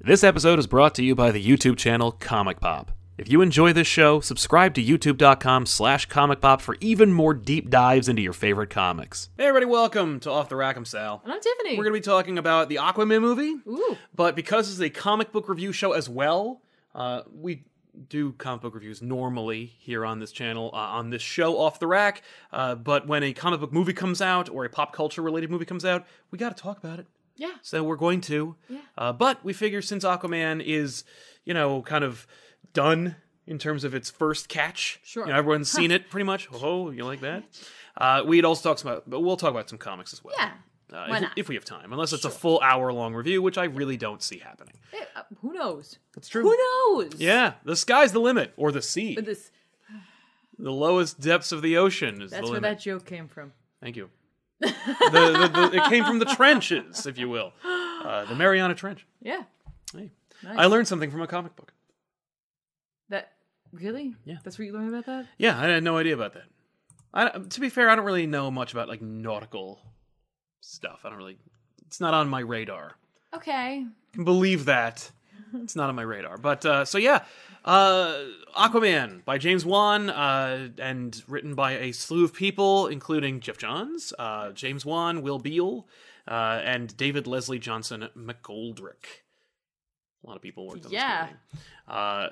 This episode is brought to you by the YouTube channel Comic Pop. If you enjoy this show, subscribe to youtube.com slash comic pop for even more deep dives into your favorite comics. Hey everybody, welcome to Off the Rack, I'm Sal. And I'm Tiffany. We're going to be talking about the Aquaman movie, Ooh. but because this is a comic book review show as well, uh, we do comic book reviews normally here on this channel, uh, on this show, Off the Rack, uh, but when a comic book movie comes out or a pop culture related movie comes out, we got to talk about it. Yeah. So we're going to. Yeah. Uh, but we figure since Aquaman is, you know, kind of done in terms of its first catch, Sure. you know, everyone's seen it pretty much. Oh, you like that? Uh, we'd also talk about, but we'll talk about some comics as well. Yeah. Uh, Why if, not? if we have time, unless it's a full hour long review, which I really don't see happening. Eh, uh, who knows? That's true. Who knows? Yeah, the sky's the limit, or the sea. But this the lowest depths of the ocean is the that's where limit. that joke came from. Thank you. the, the, the, it came from the trenches, if you will, uh, the Mariana Trench. Yeah. Hey. Nice. I learned something from a comic book. That really? Yeah. That's what you learned about that? Yeah, I had no idea about that. I, to be fair, I don't really know much about like nautical stuff. I don't really. It's not on my radar. Okay. Can believe that. It's not on my radar. But uh, so yeah, uh, Aquaman by James Wan uh, and written by a slew of people, including Jeff Johns, uh, James Wan, Will Beal, uh, and David Leslie Johnson McGoldrick. A lot of people worked on Yeah. this movie. Uh,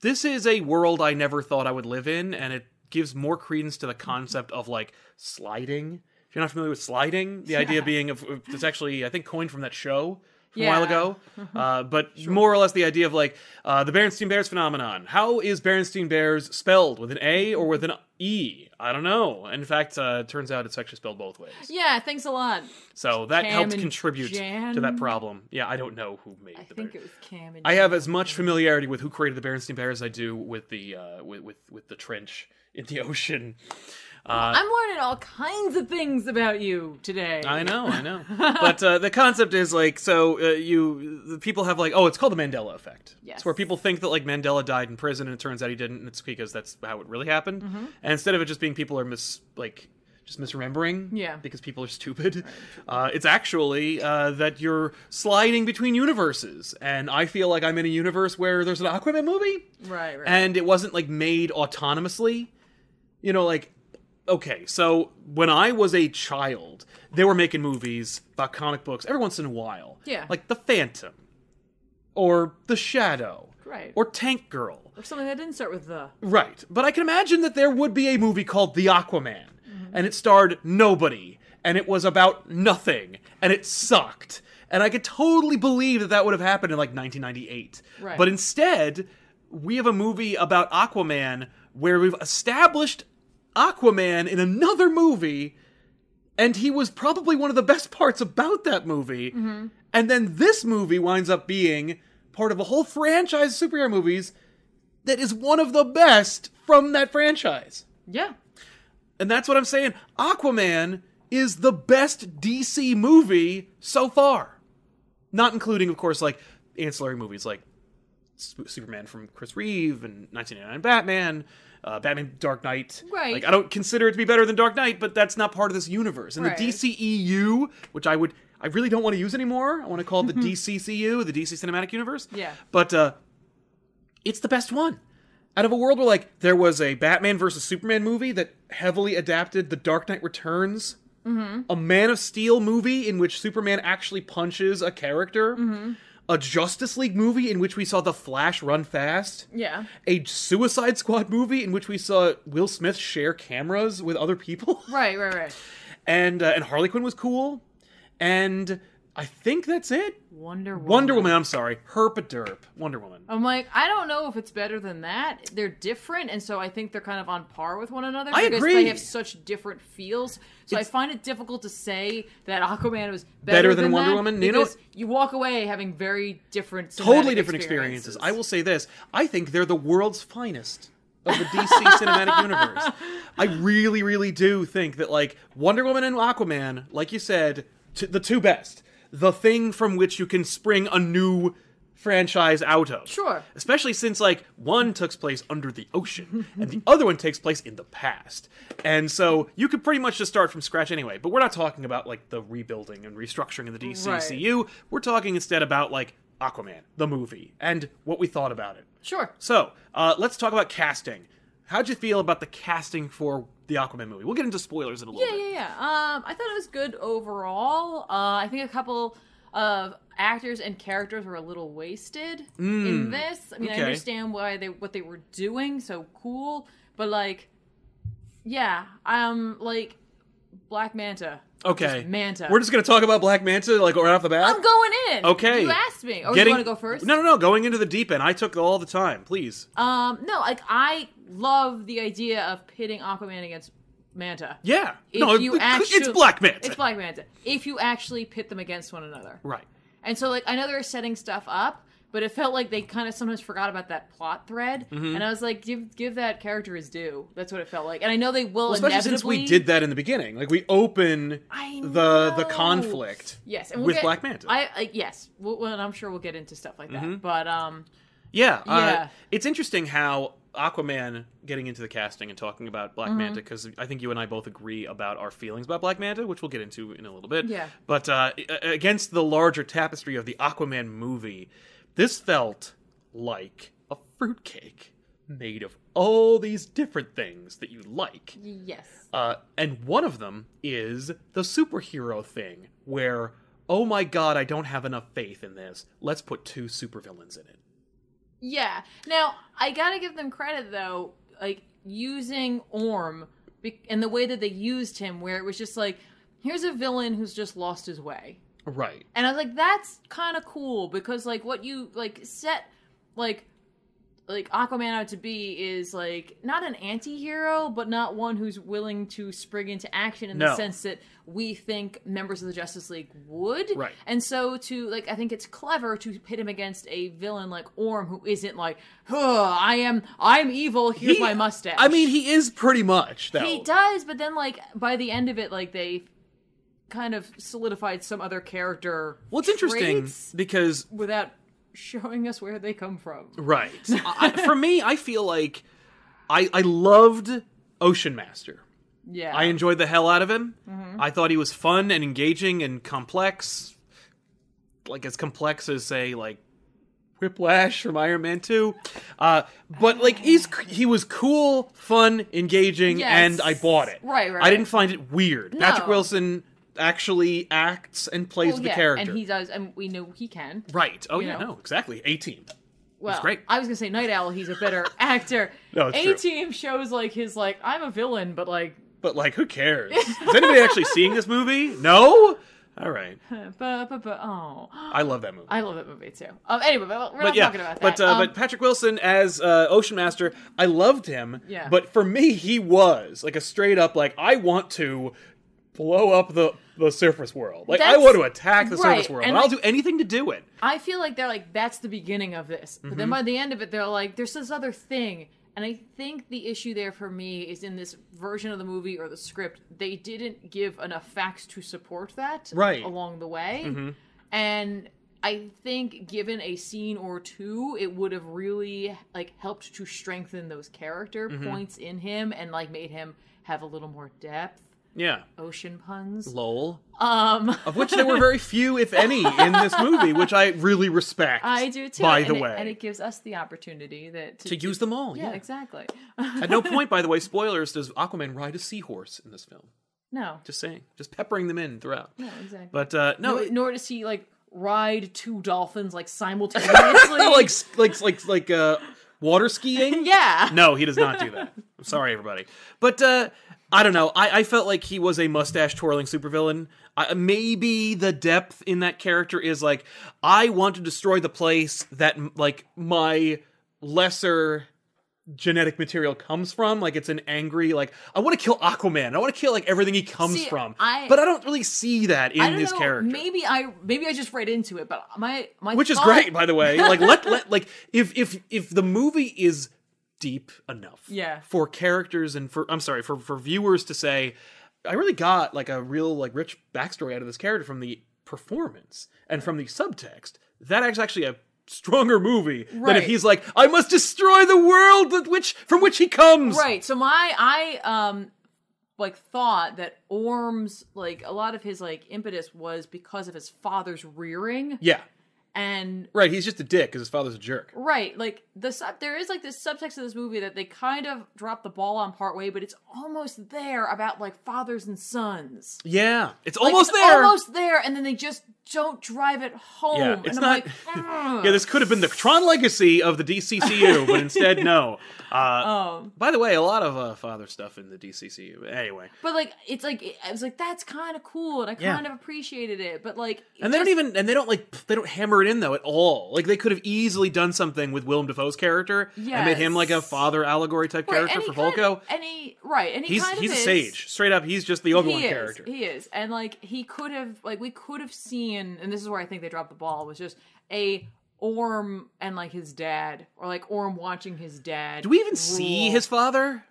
this is a world I never thought I would live in, and it gives more credence to the concept of like sliding. If you're not familiar with sliding, the idea being of of- it's actually I think coined from that show from a while Yeah. ago, uh, but more or less the idea of like uh, the Berenstein Bears phenomenon. How is Berenstein Bears spelled with an A or with an E? I don't know. And in fact, uh, it turns out it's actually spelled both ways. Yeah, thanks a lot. So that Cam helped and contribute Jan? to that problem. Yeah, I don't know who made I the think Berenstein it was Cam and I have as much familiarity with who created the Berenstein Bears as I do with the uh, with, with with the trench in the ocean. Uh, I'm learning all kinds of things about you today. I know, I know. But uh, the concept is like so uh, you the people have like oh it's called the Mandela effect. It's Yes. where people think that like Mandela died in prison and it turns out he didn't and it's because that's how it really happened. Mm-hmm. And instead of it just being people are mis like just misremembering Yeah. because people are stupid uh, it's actually uh, that you're sliding between universes and i feel like i'm in a universe where there's an aquaman movie Right, right. and it wasn't like made autonomously you know like okay so when i was a child they were making movies about comic books every once in a while Yeah. like the phantom or the shadow Right. or tank girl or something that didn't start with the. right but i can imagine that there would be a movie called the aquaman and it starred nobody and it was about nothing and it sucked and i could totally believe that that would have happened in like 1998 Right. but in Instead, we have a movie about Aquaman where we've established Aquaman in another movie, and he was probably one of the best parts about that movie. And then this movie winds up being part of a whole franchise of superhero movies that is one of the best from that franchise. Yeah. And that's what I'm saying. Aquaman is the best DC movie so far. Not including, of course, like ancillary movies like Sp- Superman from Chris Reeve and 1989 Batman, uh, Batman Dark Knight. Right. Like, I don't consider it to be better than Dark Knight, but that's not part of this universe. And Right. the DCEU, which I would, I really don't want to use anymore. I want to call it the DCCU, the DC Cinematic Universe. Yeah. But uh, it's the best one. Out of a world where like there was a Batman versus Superman movie that heavily adapted the Dark Knight Returns, a Man of Steel movie in which Superman actually punches a character, a Justice League movie in which we saw the Flash run fast, Yeah. a Suicide Squad movie in which we saw Will Smith share cameras with other people, Right, right, right. and uh, and Harley Quinn was cool, and I think that's it. Wonder Woman. Wonder Woman, I'm sorry, Herpaderp, Wonder Woman. I'm like, I don't know if it's better than that. They're different, and so I think they're kind of on par with one another I because agree. they have such different feels. So I find it difficult to say that Aquaman was better, Better than Wonder that Woman? You know Because you walk away having very different, totally cinematic different experiences. I will say this: I think they're the world's finest of the DC cinematic universe. I really, really do think that like Wonder Woman and Aquaman, like you said, t- the two best, the thing from which you can spring a new franchise out of. Sure. Especially since like one took place under the ocean and the other one takes place in the past. And so you could pretty much just start from scratch anyway, but we're not talking about like the rebuilding and restructuring of the DCCU. We're talking instead about like Aquaman, the movie, and what we thought about it. Sure. So, uh, let's talk about casting. How'd you feel about the casting for the Aquaman movie? We'll get into spoilers in a little Yeah, bit. yeah, yeah. Um, I thought it was good overall. Uh, I think a couple of actors and characters were a little wasted in this. I mean, Mm, okay. I understand why they what they were doing, so cool, but like, yeah, um, like Black Manta. Okay. Just Manta. We're just gonna talk about Black Manta like right off the bat. I'm going in. Okay. You asked me. Or Getting- you want to go first? No, no, no. Going into the deep end. I took all the time. Please. Um, no, like I love the idea of pitting Aquaman against Manta. Yeah. If no, you it- it's actu- Black Manta. It's Black Manta. If you actually pit them against one another. Right. And so, like, I know they're setting stuff up, but it felt like they kind of sometimes forgot about that plot thread. Mm-hmm. And I was like, give give that character his due. That's what it felt like. And I know they will Well, especially inevitably. since we did that in the beginning. Like we open I the the know. conflict. Yes, and we'll with get- Black Manta. Mm-hmm. I, I yes, well, well, and I'm sure we'll get into stuff like that. But um, Yeah, Uh, Yeah. it's interesting how Aquaman getting into the casting and talking about Black Mm-hmm. Manta because I think you and I both agree about our feelings about Black Manta, which we'll get into in a little bit. Yeah. But uh, a- a- against the larger tapestry of the Aquaman movie, this felt like a fruitcake made of all these different things that you like. yes, Uh, and one of them is the superhero thing, where, oh my god, I don't have enough faith in this. Let's put two supervillains in it. yeah. Now I gotta give them credit though, like using Orm be- and the way that they used him, where it was just like, here's a villain who's just lost his way. Right. And I was like, that's kind of cool because like what you like set like like Aquaman out to be is like not an anti-hero, but not one who's willing to spring into action in No. the sense that we think members of the Justice League would. Right. And so to like I think it's clever to pit him against a villain like Orm who isn't like, huh, I am I'm evil, here's He- my mustache. I mean, he is pretty much though. He does, but then like by the end of it, like they kind of solidified some other character. Well, it's interesting traits because without showing us where they come from. right I, I- for me, I feel like I I loved Ocean Master. Yeah, I enjoyed the hell out of him. Mm-hmm. I thought he was fun and engaging and complex, like as complex as say like Whiplash from Iron Man Two. Uh, but like he's c- he was cool, fun, engaging, Yes. and I bought it. Right, right, I didn't right. find it weird. Patrick No. Wilson actually acts and plays Well, the Oh, yeah, character. and he does, and we know he can. Right. Oh You yeah. know? No. Exactly. Eighteen. Well, great. I was gonna say Night Owl. He's a better actor. No, it's true. A Team shows like his like I'm a villain, but like, But like, who cares? Is anybody actually seeing this movie? No. All right. uh, bu- bu- bu- oh, I love that movie. I love that movie too. Um, anyway, but we're but not yeah, talking about that. but uh, Um, but Patrick Wilson as uh, Ocean Master, I loved him. Yeah. But for me, he was like a straight up like I want to blow up the the surface world. Like I That's- want to attack the right, surface world, and, and I'll like- do anything to do it. I feel like they're like that's the beginning of this, but Mm-hmm. then by the end of it, they're like there's this other thing, and I think the issue there for me is in this version of the movie or the script, they didn't give enough facts to support that Right. Mm-hmm. along the way, and I think given a scene or two, it would have really like helped to strengthen those character Mm-hmm. points in him and like made him have a little more depth. Yeah. Ocean puns. Lol. Um, Of which there were very few, if any, in this movie, which I really respect. I do too. Oh, By and the it- way, and it gives us the opportunity that to use them all. Yeah, exactly. At no point, by the way, spoilers, does Aquaman ride a seahorse in this film. no, Just saying. Just peppering them in throughout. no, exactly. But uh no, nor, it- nor does he like ride two dolphins like simultaneously. like s- like like like uh water skiing? yeah, No, he does not do that. I'm sorry everybody. But uh I don't know. I, I felt like he was a mustache twirling supervillain. I, maybe the depth in that character is like I want to destroy the place that m- like my lesser genetic material comes from. Like it's an angry like I want to kill Aquaman. I want to kill like everything he comes See, from. I- but I don't really see that in I don't his know. character. Maybe I maybe I just read into it, but my my which is thought- great by the way like let, let like if if if the movie is deep enough Yeah. for characters and for i'm sorry for for viewers to say i really got like a real like rich backstory out of this character from the performance and from the subtext that is actually a stronger movie than if Right. he's like i must destroy the world that which from which he comes Right. So my I um like thought that Orm's like a lot of his like impetus was because of his father's rearing. yeah and Right, he's just a dick because his father's a jerk. right, like the sub, there is like this subtext of this movie that they kind of drop the ball on partway, but it's almost there about like fathers and sons. Yeah, it's Like, almost it's there. almost there, and then they just don't drive it home. Yeah, and it's I'm not- like, Yeah, this could have been the Tron Legacy of the DCCU, but instead, no. Uh, um, by the way, a lot of uh, father stuff in the DCCU. Anyway, but like it's like I was like that's kind of cool, and I Yeah. kind of appreciated it, but like it and they just- don't even and they don't like they don't hammer it in though at all. Like they could have easily done something with Willem Dafoe's character and made him like a Yes. father allegory type Right, character and for he kind Volko. of- and he right, and he He's kind he's a of is, sage, straight up. He's just the Obi Wan he is, character. He is, and like he could have, like we could have seen, and this is where I think they dropped the ball was just a Orm and like his dad, or like Orm watching his dad. Do we even see rule. his father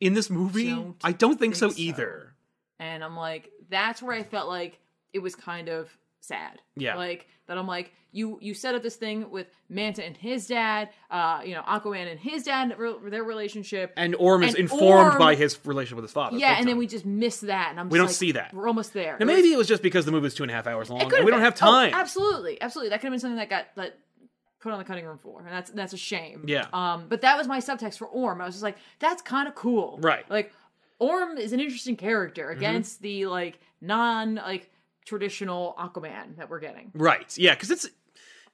in this movie? don't I don't think, so think so. either. And I'm like, that's where I felt like it was kind of sad. Yeah. like that. I'm like, you you set up this thing with Manta and his dad, uh, you know, Aquaman and his dad, re- their relationship. And Orm is And informed Orm- by his relation with his father. yeah, big and then time. we just miss that, and I'm We just don't like, see that. We're almost there. Now, It was- maybe it was just because the movie's two and a half hours long. It and could we don't have time. Oh, absolutely, absolutely. That could have been something that got that put on the cutting room floor, and that's that's a shame. Yeah. Um, but that was my subtext for Orm. I was just like, that's kind of cool, Right. Mm-hmm. Like, Orm is an interesting character against the like non like traditional Aquaman that we're getting. Right. Yeah, because it's.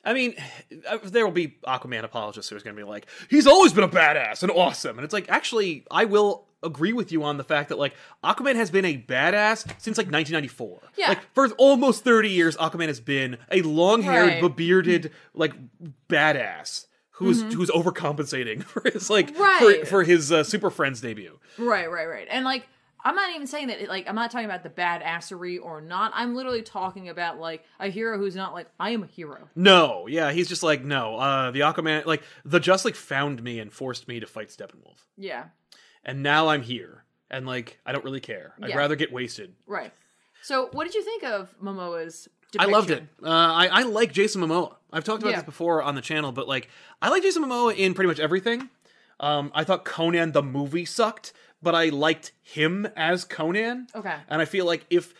I mean, uh, there will be Aquaman apologists who are going to be like, he's always been a badass and awesome. And it's like, actually, I will agree with you on the fact that, like, Aquaman has been a badass since, like, 1994. Yeah. Like, for almost 30 years, Aquaman has been a long haired, Right. Mm-hmm. bearded, like, badass. Who's, who's overcompensating for his like for, Right. for his uh, Super Friends debut? Right, right, right. And like, I'm not even saying that. It, like, I'm not talking about the badassery or not. I'm literally talking about like a hero who's not like I am a hero. No, yeah, he's just like no. Uh, the Aquaman, like the Just League found me and forced me to fight Steppenwolf. Yeah. and now I'm here, and like I don't really care. I'd Yeah. rather get wasted. Right. So, what did you think of Momoa's? I Depiction? loved it. Uh, I I like Jason Momoa. I've talked about Yeah. this before on the channel, but like I like Jason Momoa in pretty much everything. Um, I thought Conan the movie sucked, but I liked him as Conan. Okay. and I feel like if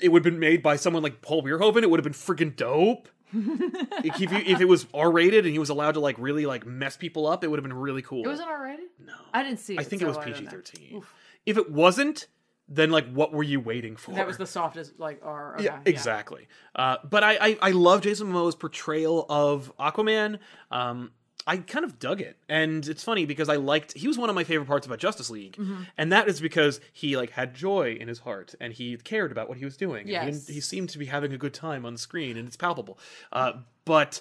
it would have been made by someone like Paul Verhoeven, it would have been freaking dope. if, you, if it was R rated and he was allowed to like really like mess people up, it would have been really cool. It wasn't R rated? No. I didn't see it. I think so it was I don't PG know. thirteen. If it wasn't, then like what were you waiting for? That was the softest, like, R. Okay, yeah, exactly. Uh, but I, I I love Jason Momoa's portrayal of Aquaman. Um, I kind of dug it, and it's funny because I liked he was one of my favorite parts about Justice League, Mm-hmm. and that is because he like had joy in his heart and he cared about what he was doing. and Yes. he, he seemed to be having a good time on screen, and it's palpable. Uh, but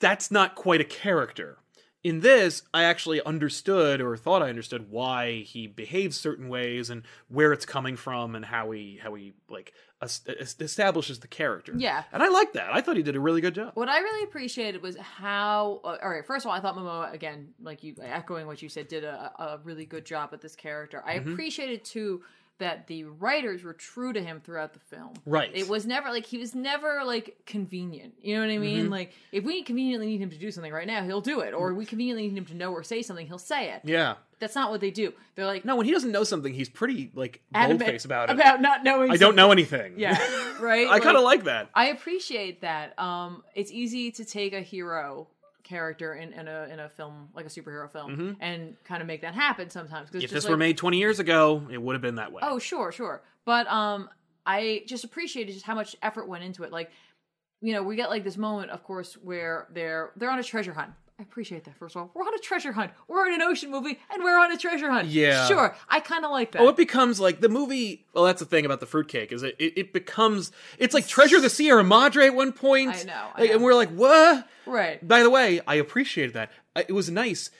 that's not quite a character. In this, I actually understood or thought I understood why he behaves certain ways and where it's coming from and how he how he like es- es- establishes the character. Yeah. and I like that. I thought he did a really good job. What I really appreciated was how. Uh, all right, first of all, I thought Momoa again, like you echoing what you said, did a, a really good job with this character. I Mm-hmm. appreciated too that the writers were true to him throughout the film. Right. It was never like he was never like convenient. You know what I mean? Mm-hmm. Like if we conveniently need him to do something right now, he'll do it. Or we conveniently need him to know or say something, he'll say it. Yeah. That's not what they do. They're like No, when he doesn't know something, he's pretty like bold adamant face about it. about not knowing. I don't know anything. Yeah, right. I kind of like that. I appreciate that. Um, it's easy to take a hero character in, in a in a film like a superhero film and kind of make that happen sometimes. 'cause Mm-hmm. If it's this just were like, made 20 years ago, it would have been that way. oh sure, sure. But um, I just appreciated just how much effort went into it. Like, you know, we get like this moment, of course, where they're they're on a treasure hunt. I appreciate that. First of all, we're on a treasure hunt. We're in an ocean movie, and we're on a treasure hunt. Yeah. sure. I kind of like that. Oh, it becomes like the movie. Well, that's the thing about the fruitcake is it, it, it becomes it's like Treasure of the Sierra Madre at one point. I know, I Like, know. and we're like, what? right. By the way, I appreciated that. I- It was nice.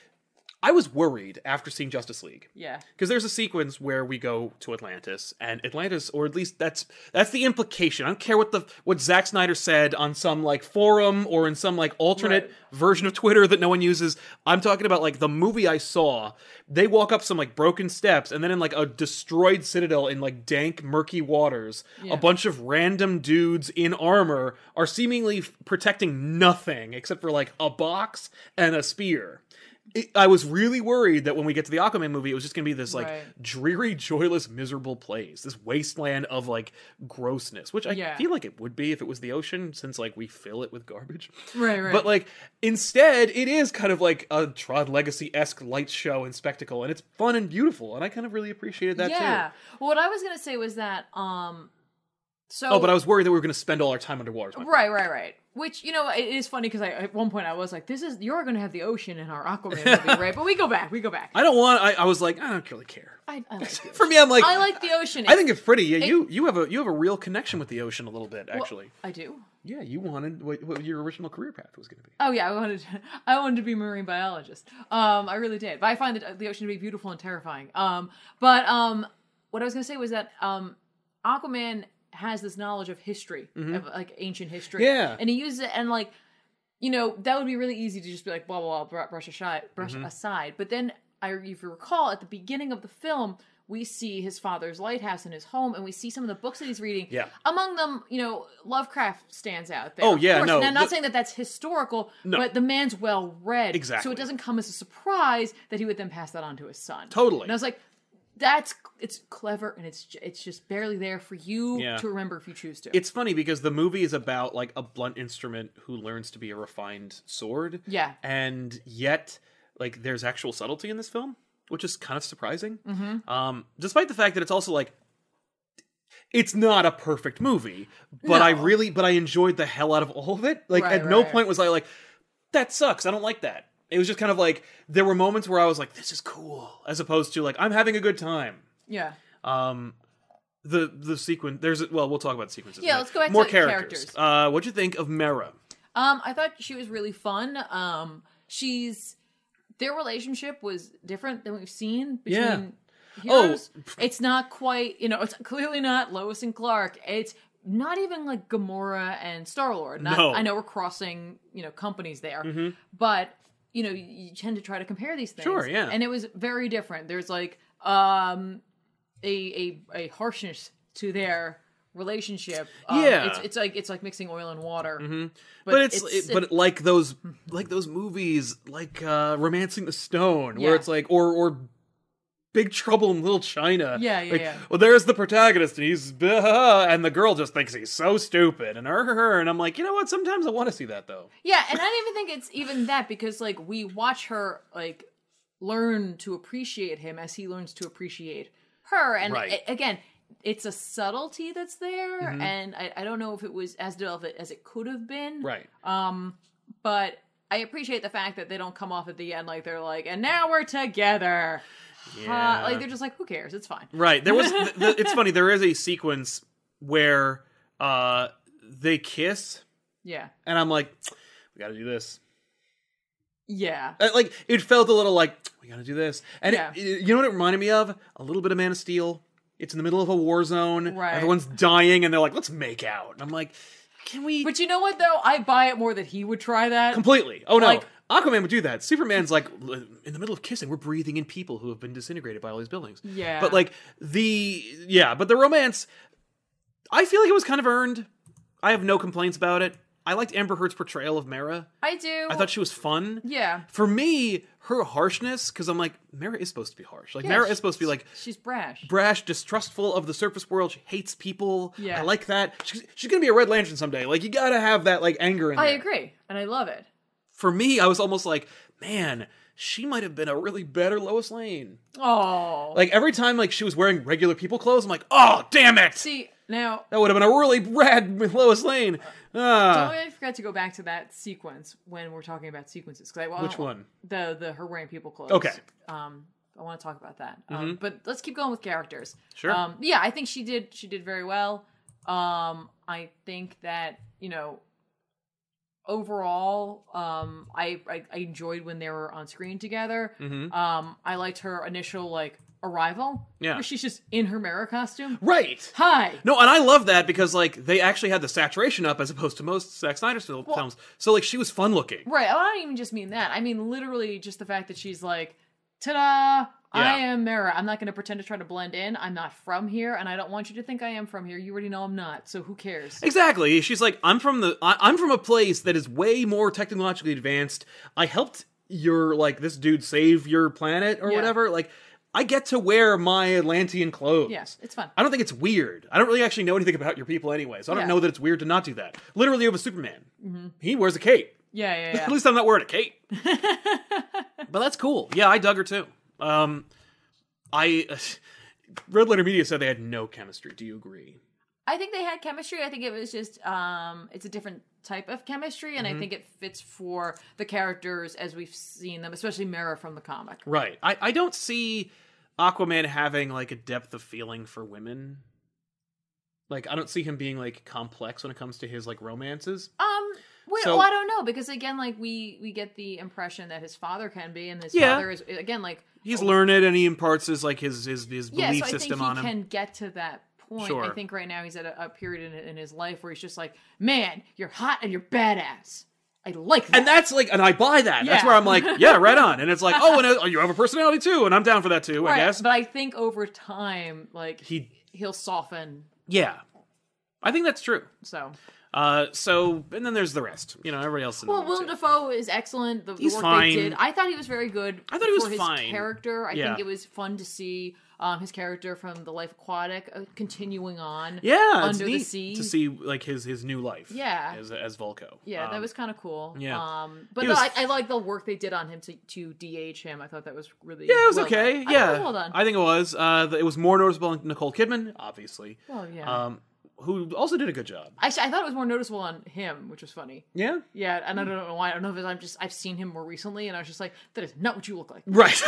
I was worried after seeing Justice League Yeah. because there's a sequence where we go to Atlantis and Atlantis, or at least that's that's the implication. I don't care what the what Zack Snyder said on some like forum or in some like alternate Right. version of Twitter that no one uses. I'm talking about like the movie I saw. They walk up some like broken steps and then in like a destroyed citadel in like dank, murky waters, a bunch of random dudes in armor are seemingly f- protecting nothing except for like a box and a spear. it, I was really worried that when we get to the Aquaman movie, it was just going to be this like Right. dreary, joyless, miserable place, this wasteland of like grossness, which I Yeah. feel like it would be if it was the ocean, since like we fill it with garbage. Right, right. But like instead, it is kind of like a Trod Legacy esque light show and spectacle, and it's fun and beautiful, and I kind of really appreciated that yeah. too. What I was gonna say was that um, so Oh, but I was worried that we were going to spend all our time underwater. is my point. right, right, right. Which you know it is funny because I at one point I was like, "This is you're gonna have the ocean in our Aquaman movie, right?" But we go back, we go back. I don't want. I, I was like, I don't really care. I, I like the For me, I'm like, I like the ocean. I think it's pretty. Yeah, you you have a you have a real connection with the ocean a little bit, Well, actually. I do. yeah, you wanted what, what your original career path was going to be. Oh yeah, I wanted I wanted to be a marine biologist. Um, I really did. But I find uh, the, the ocean to be beautiful and terrifying. Um, but um, what I was gonna say was that um, Aquaman has this knowledge of history, of like ancient history. Mm-hmm. Yeah. and he uses it, and like you know that would be really easy to just be like blah blah blah br- brush aside, brush Mm-hmm. aside. But then I, if you recall, at the beginning of the film. We see his father's lighthouse in his home, and we see some of the books that he's reading. Yeah. Among them, you know, Lovecraft stands out there. Oh, of yeah, course. no, And I'm not the- saying saying that that's historical, but the man's well read. So Exactly. it doesn't come as a surprise that he would then pass that on to his son. Totally. And I was like, that's it's clever and it's j- it's just barely there for you Yeah. to remember if you choose to. It's funny because the movie is about like a blunt instrument who learns to be a refined sword. Yeah. and yet like there's actual subtlety in this film, which is kind of surprising. Mm-hmm. Um, despite the fact that it's also like it's not a perfect movie, but I No. really but I enjoyed the hell out of all of it. Like Right, at no right. point was I like that sucks. I don't like that. It was just kind of like there were moments where I was like this is cool as opposed to like I'm having a good time. yeah. Um, the the sequence there's well we'll talk about sequences. in a Yeah, minute. let's go back to more the characters. characters. Uh, what'd you think of Mera? Um, I thought she was really fun. Um, she's their relationship was different than we've seen between. Yeah. Oh. Heroes. it's not quite, you know, it's clearly not Lois and Clark. It's not even like Gamora and Star Lord. No. Mm-hmm. I know we're crossing, you know, companies there, but you know, you, you tend to try to compare these things. Sure, yeah. And it was very different. There's like um a a, a harshness to their relationship. Um, Yeah. it's, it's like it's like mixing oil and water. But, it's, it- but like those like those movies like uh, Romancing the Stone where Yeah. it's like or or Big Trouble in Little China. Yeah, yeah, Like, yeah. Well, there's the protagonist and he's and the girl just thinks he's so stupid and her, her, her and I'm like you know what? Sometimes I want to see that though. Yeah, and I don't even think it's even that because like we watch her like learn to appreciate him as he learns to appreciate her, and Right. Mm-hmm. a- again, it's a subtlety that's there, and I, I don't know if it was as developed as it could have been, Right. Um, But I appreciate the fact that they don't come off at the end like they're like, and now we're together. Huh? Yeah. Like they're just like, who cares? It's fine. Right. There was. th- th- it's funny. There is a sequence where uh, they kiss, Yeah, and I'm like, we got to do this. yeah. Uh, Like it felt a little like we got to do this. And it- Yeah. it- you know what it reminded me of? A little bit of Man of Steel. It's in the middle of a war zone. Right. Everyone's dying, and they're like, let's make out. And I'm like, can we? But you know what though? I buy it more that he would try that. Completely. Oh no. Like- Aquaman would do that. Superman's like "L- in the middle of kissing, we're breathing in people who have been disintegrated by all these buildings. Yeah. But like the yeah, but the romance I feel like it was kind of earned. I have no complaints about it. I liked Amber Heard's portrayal of Mara. I do. I thought she was fun. yeah, For me, her harshness, because I'm like, Mara is supposed to be harsh. Like Yeah, Mara she- is supposed to be like she's brash. brash, distrustful of the surface world. She hates people. Yeah. I like that. She's, she's gonna be a Red Lantern someday. Like you gotta have that like anger in I there agree, and I love it. for me, I was almost like, man, she might have been a really better Lois Lane. Oh, Like every time like she was wearing regular people clothes, I'm like, oh damn it, See now, that would have been a really rad Lois Lane. Ah, Oh, I forgot to go back to that sequence when we're talking about sequences. 'cause I, well, I Which don't- one? The the her wearing people clothes. Okay. Mm-hmm. Um, I want to talk about that. Um, but let's keep going with characters. Sure. Um, yeah, I think she did. She did very well. Um, I think that you know. Overall, um, I, I I enjoyed when they were on screen together. Mm-hmm. Um, I liked her initial like arrival. Yeah. where she's just in her Mara costume. right. Hi. No, and I love that because like they actually had the saturation up as opposed to most Zack Snyder fil- films. So like she was fun looking. Right. Well, I don't even just mean that. I mean literally just the fact that she's like, ta da! I Yeah. am Mara. I'm not going to pretend to try to blend in. I'm not from here, and I don't want you to think I am from here. You already know I'm not, so who cares? Exactly. She's like, I'm from the I, I'm from a place that is way more technologically advanced. I helped you're like this dude save your planet or Yeah. whatever. Like I get to wear my Atlantean clothes. Yes, it's fun. I don't think it's weird. I don't really actually know anything about your people anyway, so I don't Yeah. know that it's weird to not do that. Literally, over Superman, he wears a cape. Yeah, yeah, yeah. At least I'm not wearing a cape. but that's cool. Yeah, I dug her too. Um, I Red Letter Media said they had no chemistry. Do you agree? I think they had chemistry. I think it was just um, it's a different type of chemistry, and Mm-hmm. I think it fits for the characters as we've seen them, especially Mara from the comic. Right. I, I don't see Aquaman having like a depth of feeling for women. Like I don't see him being like complex when it comes to his like romances. Um, wait, So- well, I don't know because again, like we we get the impression that his father can be, and his Yeah. father is again like He's learned and he imparts his like his his, his yeah. belief so I think he system on him. can get to that point. I Sure. think right now he's at a, a period in, in his life where he's just like, man, you're hot and you're badass. I like that. And that's like, and I buy that. That's Yeah. where I'm like, yeah, right on. And it's like, oh, and uh, you have a personality too, and I'm down for that too. I Right, guess But I think over time, like he he, he'll soften. yeah, I think that's true. So Uh, so and then there's the rest. You know, everybody else. In the Well, movie, Willem too. Dafoe is excellent. The, the He's work fine. they did, I thought he was very good. I thought he was for his fine. Character, I Yeah. think it was fun to see um, his character from the Life Aquatic uh, continuing on. yeah, it's Under the neat Sea. to see like his his new life. Yeah. as as Volko. Yeah, Um, that was kind of cool. yeah. Um, but He no, was- I, I like the work they did on him to, to DH him. I thought that was really. Yeah, it was well okay. done. I yeah, thought, well done. I think it was. Uh, th- it was more noticeable in Nicole Kidman, obviously. Well, yeah. Um, who also did a good job. Actually, I thought it was more noticeable on him, which was funny. Yeah. Yeah, and I Hmm. don't know why. I don't know if it's, I'm just I've seen him more recently, and I was just like, that is not what you look like. Right.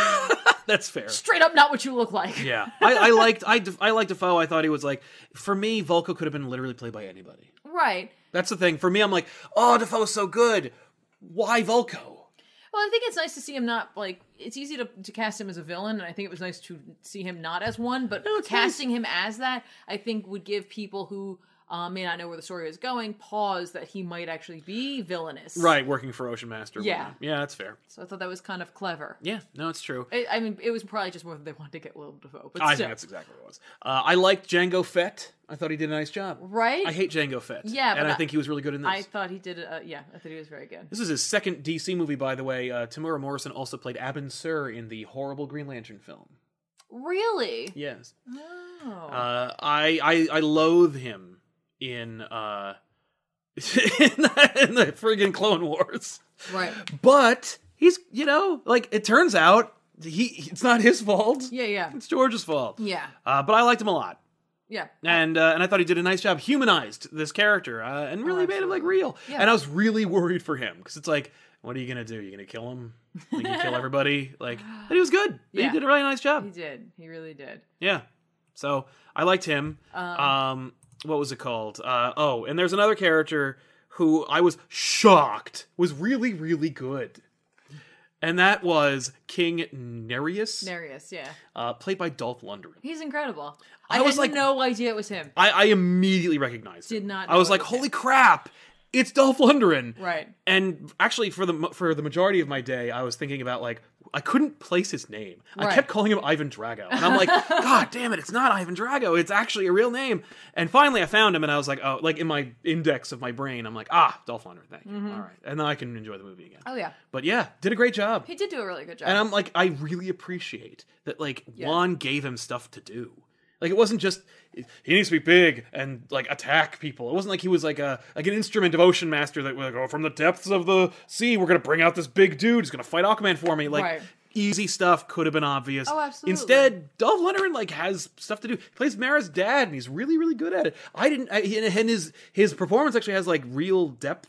That's fair. Straight up, not what you look like. Yeah, I, I liked I, def- I liked Defoe. I thought he was like for me, Volko could have been literally played by anybody. Right. That's the thing for me. I'm like, oh, Defoe's so good. Why Volko? Well, I think it's nice to see him not like it's easy to, to cast him as a villain, and I think it was nice to see him not as one, but No, it's casting him as that, I think would give people who uh, may not know where the story is going pause that he might actually be villainous. Right, working for Ocean Master. Yeah. whatever. yeah, that's fair. So I thought that was kind of clever. Yeah, no, it's true. I, I mean, it was probably just more that they wanted to get Willem Dafoe, but I still, think that's exactly what it was. Uh, I liked Django Fett. I thought he did a nice job. right? I hate Django Fett. Yeah, and but I, I- think he was really good in this. I thought he did. Uh, yeah, I thought he was very good. This is his second DC movie, by the way. Uh, Tamura Morrison also played Abin Sur in the horrible Green Lantern film. Really? Yes. Oh. Uh, I, I I loathe him in uh in the, in the friggin' Clone Wars. right. But he's you know like it turns out he it's not his fault. Yeah. Yeah. It's George's fault. Yeah. Uh, but I liked him a lot. Yeah. And uh, and I thought he did a nice job, humanized this character, uh, and really made him like real. Oh, Yeah. And I was really worried for him because it's like, what are you gonna do? You gonna kill him? You gonna kill everybody? Like, but he was good. He Yeah. did a really nice job. He did. He really did. Yeah. So I liked him. Um, what was it called? Uh, oh, and there's another character who I was shocked was really, really good. And that was King Nereus, Narius. Yeah. uh, played by Dolph Lundgren. He's incredible. I I, was had like- no idea it was him. I, I immediately recognized. Did him. not I was know it like, was "Holy crap! It's Dolph Lundgren!" Right. And actually, for the mo- for the majority of my day, I was thinking about like I couldn't place his name. I Right. kept calling him Ivan Drago, and I'm like, "God damn it! It's not Ivan Drago. It's actually a real name." And finally, I found him, and I was like, "Oh!" Like in my index of my brain, I'm like, "Ah, Dolph Lundgren. Thank you. Mm-hmm. All right." And then I can enjoy the movie again. Oh yeah, But yeah, did a great job. he did do a really good job. And I'm like, I really appreciate that. Like Yeah. Juan gave him stuff to do. Like it wasn't just he needs to be big and like attack people. It wasn't like he was like a like an instrument of Ocean Master that like oh from the depths of the sea we're gonna bring out this big dude who's gonna fight Aquaman for me. Like Right. easy stuff could have been obvious. Oh, absolutely. Instead, Dolph Lundgren like has stuff to do. He plays Mara's dad and he's really really good at it. I didn't I, and his his performance actually has like real depth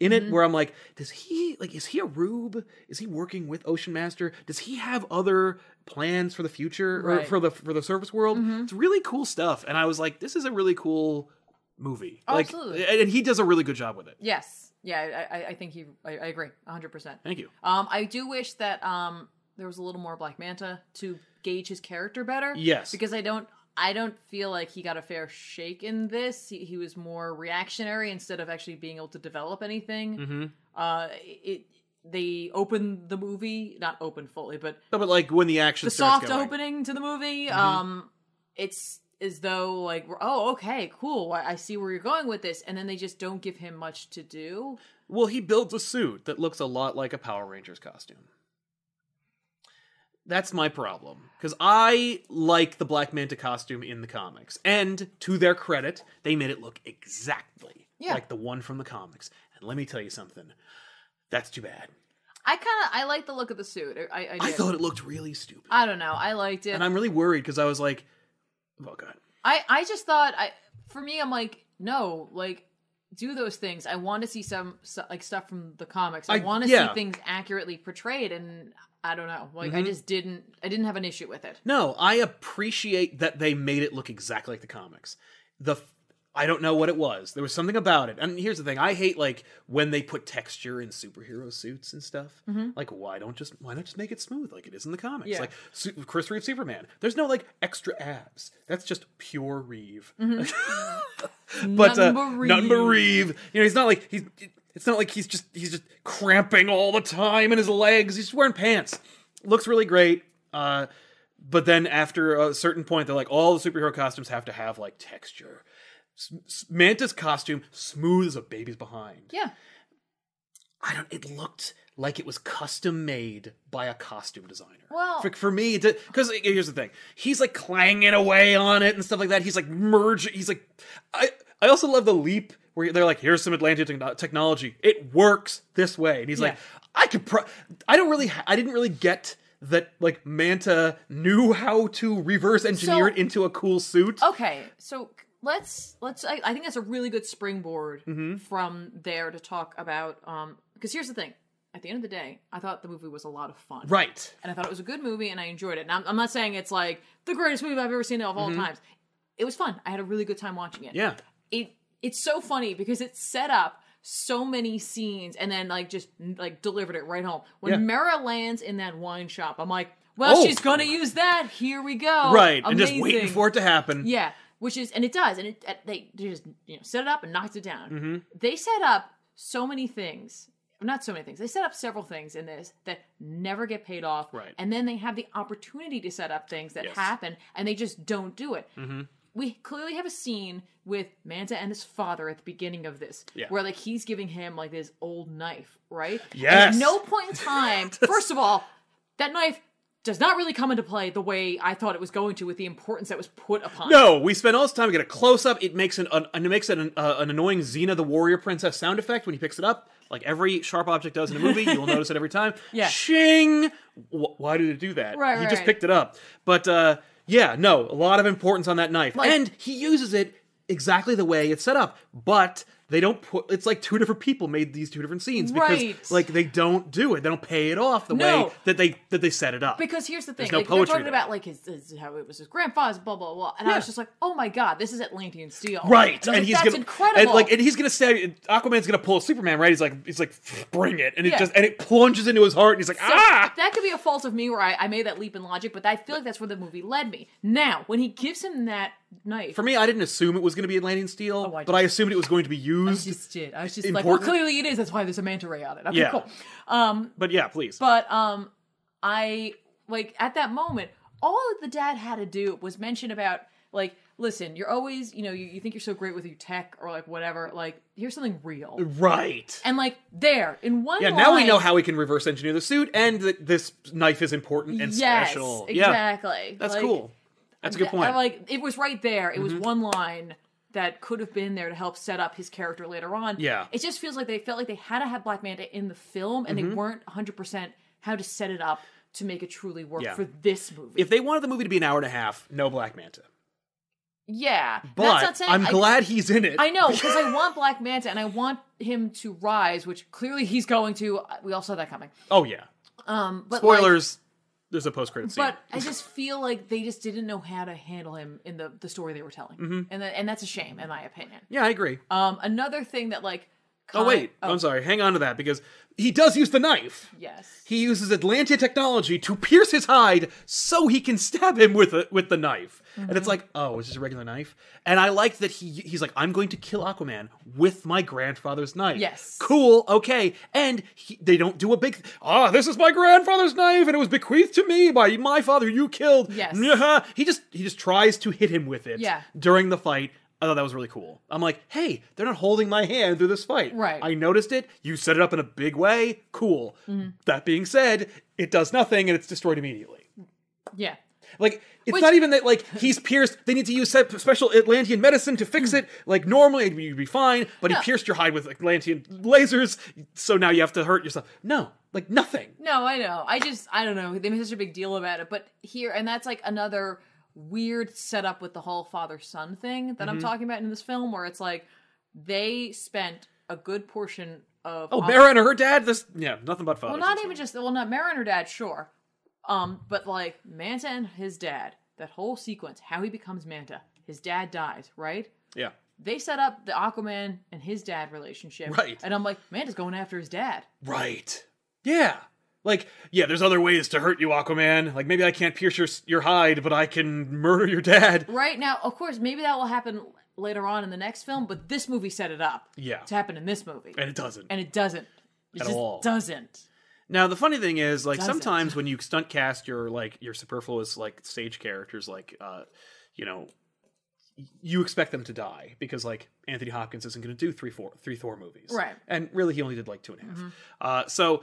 in Mm-hmm. it where I'm like, does he like is he a rube? Is he working with Ocean Master? Does he have other plans for the future or Right. Mm-hmm. for the for the surface world? It's really cool stuff. And I was like, this is a really cool movie. Like Absolutely. and and he does a really good job with it. yes, yeah, I, I- I think he. I, I agree, hundred percent. Thank you. Um, I do wish that um there was a little more Black Manta to gauge his character better. Yes. because I don't. I don't feel like he got a fair shake in this. He, he was more reactionary instead of actually being able to develop anything. Mm-hmm. Uh, it they opened the movie, not open fully, but No, but like when the action the starts soft going. opening to the movie Mm-hmm. um it's as though like we're- oh okay cool I, I see where you're going with this and then they just don't give him much to do Well, he builds a suit that looks a lot like a Power Rangers costume. That's my problem. Because I like the Black Manta costume in the comics. And to their credit, they made it look exactly Yeah. like the one from the comics. And let me tell you something that's too bad. I kind of I like the look of the suit. er, I I, I did. thought it looked really stupid. I don't know. I liked it. and I'm really worried because I was like, oh, God. I I just thought I for me I'm like no like do those things. I want to see some so- like stuff from the comics. I, I- want to yeah. Mm-hmm. see things accurately portrayed and I don't know. Like I just didn't I didn't have an issue with it. No, I appreciate that they made it look exactly like the comics. The f- I don't know what it was. There was something about it. And here's the thing: I hate like when they put texture in superhero suits and stuff. Like, why don't just why not just make it smooth like it is in the comics? Mm-hmm. Yeah. Like Su- Chris Reeve Superman. There's no like extra abs. That's just pure Reeve. but uh, Mm-hmm. Number Reeve. number Reeve. You know, he's not like he's. It's not like he's just he's just cramping all the time in his legs. He's just wearing pants. Looks really great. Uh, but then after a certain point, they're like, all the superhero costumes have to have like texture. S- S- Manta's costume smooth as a baby's behind. Yeah. I don't. It looked like it was custom made by a costume designer. Well- for, for me, because here's the thing: he's like clanging away on it and stuff like that. He's like merge. He's like, I. I also love the leap where they're like, "Here's some Atlantean techno- technology. It works this way," and he's like, "I could. Pro- I don't really. Ha- I didn't really get." That like Manta knew how to reverse engineer So- Oh. it into a cool suit. Okay. So let's let's I, I think that's a really good springboard Mm-hmm. from there to talk about um because here's the thing. At the end of the day, I thought the movie was a lot of fun. Right. and I thought it was a good movie, and I enjoyed it. And I'm, I'm not saying it's like the greatest movie I've ever seen of all times. It was fun. I had a really good time watching it. Mm-hmm. Yeah. It it's so funny because it set up so many scenes and then like just like delivered it right home. When Yeah. Mara lands in that wine shop, I'm like, well, Oh. she's gonna use that. Here we go. Right. And just waiting Oh, Amazing. for it to happen. Yeah, which is and it does, and it uh, they, they just you know set it up and knocked it down. Mm-hmm. They set up so many things, not so many things. They set up several things in this that never get paid off, Right. And then they have the opportunity to set up things that Yes. Mm-hmm. happen, and they just don't do it. We clearly have a scene with Manta and his father at the beginning of this, Yeah. where like he's giving him like this old knife, right? And Yes. at no point in time, first of all, that knife does not really come into play the way I thought it was going to, with the importance that was put upon. it. No, we spend all this time to get a close up. It makes an, an it makes an uh, an annoying Xena the Warrior Princess sound effect when he picks it up, like every sharp object does in a movie. You'll notice it every time. Yeah. Shing. Wh- why did it do that? Right, He right, just right. picked it up. But uh, yeah, no, a lot of importance on that knife, Like- and he uses it exactly the way it's set up. But they don't put. It's like two different people made these two different scenes because Right. like they don't do it. They don't pay it off the No. way that they that they set it up. Because here's the thing, no like they're poetry talking there. about like his, his how it was his grandfather's, blah blah blah, and I Yeah. was just like, oh my god, this is Atlantean steel, Right, And, I was like, he's that's gonna incredible. And like, and he's gonna stab Aquaman's gonna pull Superman. Right, he's like, he's like, bring it, and Yeah. it just and it plunges into his heart, and he's like, So, ah, That could be a fault of me where I, I made that leap in logic, but I feel like that's where the movie led me. Now, when he gives him that knife, For me, I didn't assume it was gonna be Atlantean steel, Oh, I but I assumed it was going to be I used. just did. I was just like, Important. well, clearly it is. That's why there's a manta ray on it. Okay, Yeah. cool. Um, But yeah, please. But um, I like at that moment, all that the dad had to do was mention about like, listen, you're always, you know, you, you think you're so great with your tech or like whatever. Like, here's something real, right. and like there in one. Uh, yeah. Now we line- know how we can reverse engineer the suit, and that this knife is important and yes, special. Yeah. exactly. That's Like, cool. That's a good th- point. Mm-hmm. Like it was right there. It was one line that could have been there to help set up his character later on. Yeah. It just feels like they felt like they had to have Black Manta in the film, and Mm-hmm. they weren't 100 percent how to set it up to make it truly work Yeah. for this movie. if they wanted the movie to be an hour and a half, no Black Manta. Yeah, that's not But saying I'm I- glad he's in it. I know because I want Black Manta and I want him to rise, which clearly he's going to. Uh, We all saw that coming. Oh yeah. Um, but like- Spoilers. there's a post credit scene. but I just feel like they just didn't know how to handle him in the the story they were telling, Mm-hmm. and that, and that's a shame in my opinion. yeah, I agree. Um, another thing that like. Oh Con- wait, oh, I'm sorry. Hang on to that because he does use the knife. Yes. He uses Atlantean technology to pierce his hide so he can stab him with a, with the knife. And Mm-hmm. it's like, oh, is this a regular knife? And I liked that he he's like, I'm going to kill Aquaman with my grandfather's knife. Yes. Cool. Okay. And he, they don't do a big ah. This is my grandfather's knife, and it was bequeathed to me by my father. who You killed. Yes. Nyah. He just he just tries to hit him with it. Yeah. During the fight. I thought that was really cool. I'm like, hey, they're not holding my hand through this fight. Right. I noticed it. You set it up in a big way. Cool. Mm-hmm. That being said, it does nothing and it's destroyed immediately. Yeah. Like it's Which- not even that like he's pierced. They need to use sep- special Atlantean medicine to fix Mm-hmm. it. Like normally it'd be- you'd be fine, but No. he pierced your hide with Atlantean lasers, so now you have to hurt yourself. No, like nothing. No, I know. I just I don't know. They made such a big deal about it, but here and that's like another weird setup with the whole father son thing that Mm-hmm. I'm talking about in this film, where it's like they spent a good portion of Oh, Mara and her dad. This yeah, nothing but fun. well, not even just well, not Mara and her dad, sure, um, but like Manta and his dad. That whole sequence, how he becomes Manta, his dad dies, right? yeah. They set up the Aquaman and his dad relationship, Right. And I'm like, Manta's going after his dad. Right. Yeah. Like, yeah, there's other ways to hurt you, Aquaman. Like, maybe I can't pierce your your hide, but I can murder your dad. Right now, of course, maybe that will happen l- later on in the next film, but this movie set it up Yeah. to happen in this movie, And it doesn't. and it doesn't. It At just all. doesn't. Now the funny thing is, like Does it? sometimes when you stunt cast your like your superfluous like stage characters, like uh, you know, you expect them to die because like Anthony Hopkins isn't going to do three four three Thor movies, Right. Mm-hmm. And really, he only did like two and a half. Uh, so,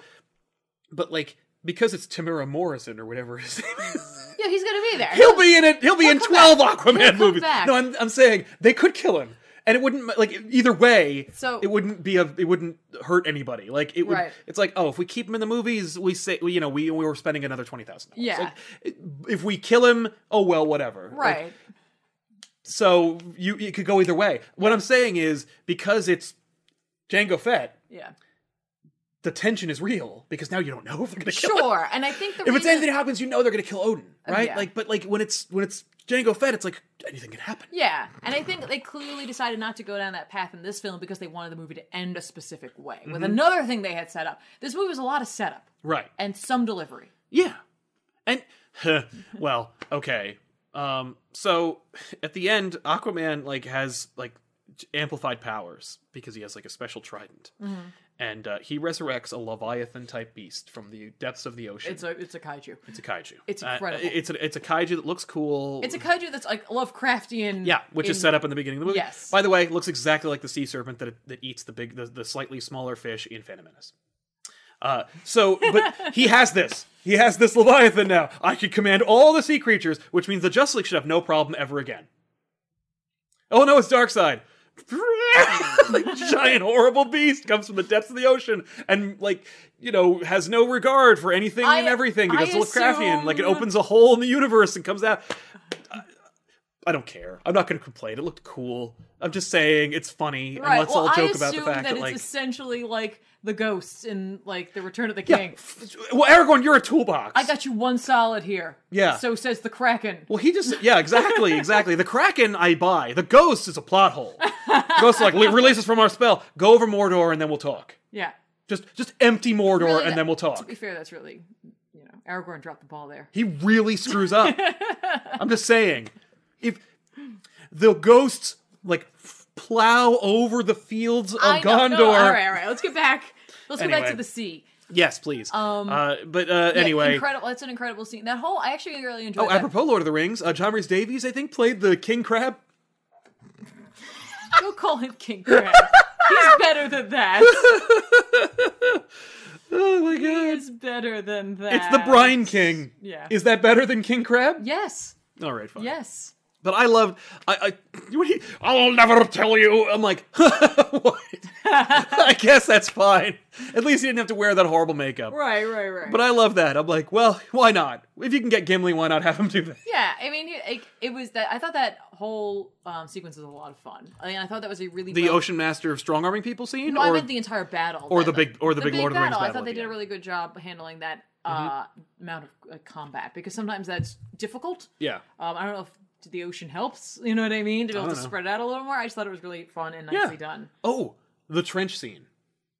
but like because it's Tamura Morrison or whatever his name is, Yeah, he's gonna be there. he'll be in it. He'll be in come twelve back. He'll Aquaman come movies. back. No, I'm I'm saying they could kill him. And it wouldn't like either way. So- it wouldn't be a. It wouldn't hurt anybody. Like it would. Right. It's like, oh, if we keep him in the movies, we say, we, you know, we we were spending another twenty thousand. Yeah. Like, if we kill him, oh well, whatever. Like, right. so you it could go either way. What I'm saying is because it's Django Fett, yeah. the tension is real because now you don't know if they're gonna kill him. Sure. And I think the If it's reason, Anthony Hopkins, you know they're gonna kill Odin, right? yeah. Like, but like when it's when it's Django Fett, it's like anything can happen. yeah, and I think they clearly decided not to go down that path in this film because they wanted the movie to end a specific way Mm-hmm. with another thing they had set up. This movie was a lot of setup Right. and some delivery. Yeah. And well, okay. Um so at the end Aquaman like has like j- amplified powers because he has like a special trident. Mm-hmm. And uh, he resurrects a leviathan type beast from the depths of the ocean. It's a it's a kaiju. It's a kaiju. it's Uh, incredible. it's a it's a kaiju that looks cool. It's a kaiju that's like Lovecraftian. Mm-hmm. yeah, which is in- set up in the beginning of the movie. Yes. By the way, looks exactly like the sea serpent that that eats the big the, the slightly smaller fish in Phantom Menace. Uh, so, but he has this. He has this leviathan now. I could command all the sea creatures, which means the Justice League should have no problem ever again. Oh no, it's Darkseid. giant horrible beast comes from the depths of the ocean and like you know has no regard for anything I- and everything because I it's Lovecraftian. Like it assume- opens a hole in the universe and comes out. I don't care. I'm not going to complain. It looked cool. I'm just saying it's funny, and let's all joke about the assume fact that, it's like, essentially like the ghosts in like the Return of the yeah, King. f- well, Aragorn, you're a toolbox. I got you one solid here. Yeah. So says the Kraken. Well, he just yeah, exactly, exactly. The Kraken, I buy. The Ghost is a plot hole. Ghost like "Le- release us from our spell. Go over Mordor, and then we'll talk. yeah. Just just empty Mordor, Really, and that- then we'll To talk. be fair, that's really you know Aragorn dropped the ball there. He really screws up. I'm just saying, if the ghosts like f- plow over the fields of I know, Oh, Gondor, no, all right, all right. Let's get back. Let's get back Anyway. to the sea. Yes, please. Um, uh, but uh, Yeah, anyway, incredible. That's an incredible scene. That whole I actually really enjoyed. oh, that. apropos Lord of the Rings, uh, John Rhys Davies, I think, played the king crab. Go call him King Crab. He's better than that. Oh my god, He's better than that. it's the brine king. Yeah. is that better than king crab? Yes. All right, fine. Yes. But I loved. I, I what do you- I'll never tell you. I'm like, what? I guess that's fine. At least he didn't have to wear that horrible makeup. Right. Right. Right. But I love that. I'm like, well, why not? If you can get Gimli, why not have him do that? Yeah, I mean, it, it, it was that. I thought that whole um, sequence was a lot of fun. I mean, I thought that was a really The well- Ocean Master of strong arming people scene, No, I or meant the entire battle, or that- the big- or the big Lord of the Rings battle. I battle Mm-hmm. thought at they the did a end. really good job handling that uh, amount of uh, combat because sometimes that's difficult. yeah, Um, I don't know if the ocean helps. You know what I mean? To be able to don't know. spread it out a little more. I just thought it was really fun and Yeah. nicely done. oh, the trench scene.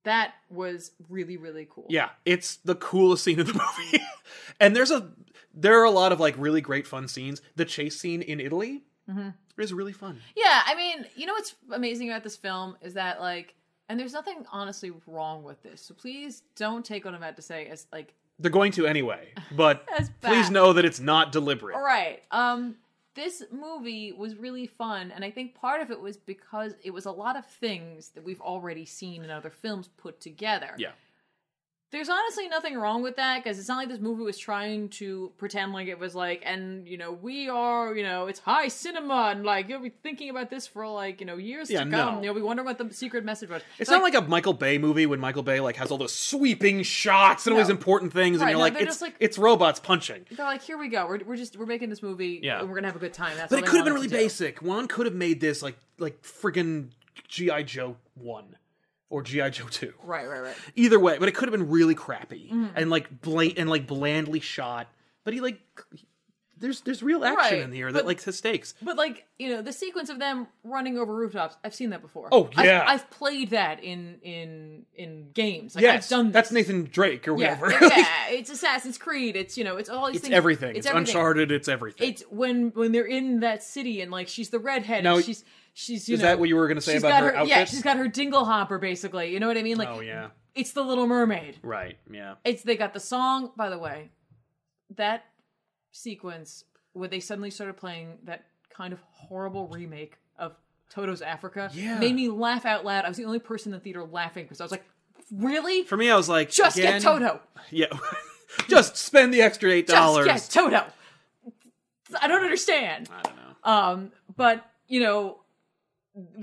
That was really really cool. Yeah, it's the coolest scene in the movie. and there's a there are a lot of like really great fun scenes. The chase scene in Italy Mm-hmm. is really fun. Yeah, I mean, you know what's amazing about this film is that like, and there's nothing honestly wrong with this. So please don't take what I'm about to say as like They're going to anyway, but That's bad. please know that it's not deliberate. All right. Um, this movie was really fun, and I think part of it was because it was a lot of things that we've already seen in other films put together. Yeah. There's honestly nothing wrong with that because it's not like this movie was trying to pretend like it was like, and you know, we are, you know, it's high cinema, and like you'll be thinking about this for like, you know, years Yeah, to no. come. You'll be wondering what the secret message was. It's not like a Michael Bay movie when Michael Bay like has all those sweeping shots and all No. these important things, Right, and you're no, like, they're it's just like- it's robots punching. they're like, here we go. We're, we're just we're making this movie. Yeah. and we're gonna have a good time. That's But all it they could have been wanted really to do. basic. One could have made this like like friggin' GI Joe one or GI Joe two. Right, right, right. Either way, but it could have been really crappy Mm-hmm. and like blat- and like blandly shot. But he like there's there's real action Right, in here but- that like has stakes. But like you know, the sequence of them running over rooftops, I've seen that before. Oh, yeah. I've, I've played that in in in games. Like, Yes, I've done that's this. Nathan Drake or yeah, whatever. yeah, Like, It's Assassin's Creed. It's you know, it's all these it's things. everything. It's, everything. Uncharted. It's everything. It's when when they're in that city and like she's the redhead. Now, and she's she's you is know, that what you were gonna say she's about got her Yeah, outfit? she's got her dingle hopper basically. You know what I mean? Like oh yeah, it's the Little Mermaid. right. Yeah. It's they got the song, by the way. That sequence where they suddenly started playing that kind of horrible remake of Toto's Africa Yeah. made me laugh out loud. I was the only person in the theater laughing because I was like, "Really? For me, I was like, Just again, get Toto. Yeah, just spend the extra eight Just dollars. get Toto." I don't understand. I don't know. Um, but you know,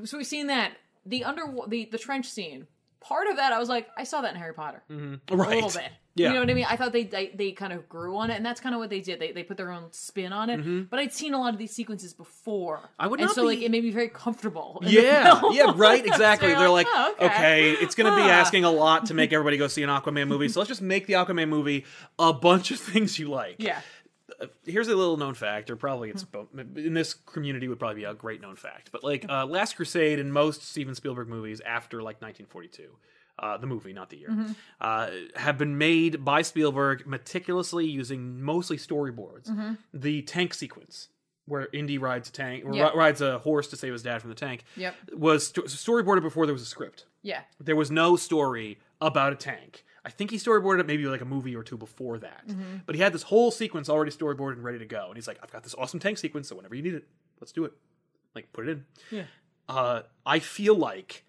so we've seen that the under the the trench scene. Part of that, I was like, I saw that in Harry Potter. right. a little bit. Yeah. You know what I mean? I thought they, they they kind of grew on it, and that's kind of what they did. They they put their own spin on it. But I'd seen a lot of these sequences before. Mm-hmm. I would and not so like be- it made me very comfortable. in the Yeah, film. yeah, right, So exactly. you're They're like, "Oh, okay. it's gonna be Huh." asking a lot to make everybody go see an Aquaman movie, so let's just make the Aquaman movie a bunch of things you like. Yeah. Here's a little known fact, or probably it's bo- in this community would probably be a great known fact, but like uh, Last Crusade and most Steven Spielberg movies after like 1942. Uh, the movie, not the year, Mm-hmm. uh, have been made by Spielberg meticulously using mostly storyboards. Mm-hmm. The tank sequence, where Indy rides a tank, or Yeah. ri- rides a horse to save his dad from the tank, Yep. was sto- storyboarded before there was a script. Yeah. There was no story about a tank. I think he storyboarded it maybe like a movie or two before that. Mm-hmm. But he had this whole sequence already storyboarded and ready to go. And he's like, I've got this awesome tank sequence, so whenever you need it, let's do it. Like, put it in. Yeah. Uh, I feel like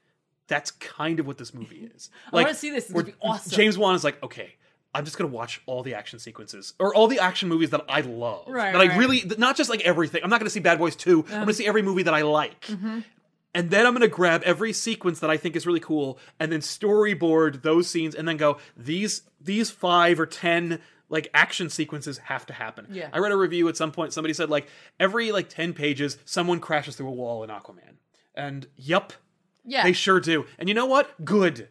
that's kind of what this movie is. wanna Like, see this. This where would be awesome. James Wan is like, okay, I'm just gonna watch all the action sequences or all the action movies that I love, Right, that I right. Um, really, not just like everything. I'm not gonna see Bad Boys 2. I'm gonna see every movie that I like mm-hmm. and then I'm going to grab every sequence that I think is really cool and then storyboard those scenes and then go these these 5 or 10 like action sequences have to happen. Yeah. I read a review at some point somebody said like every like 10 pages someone crashes through a wall in Aquaman. And yep, Yeah. they sure do. And you know what? Good.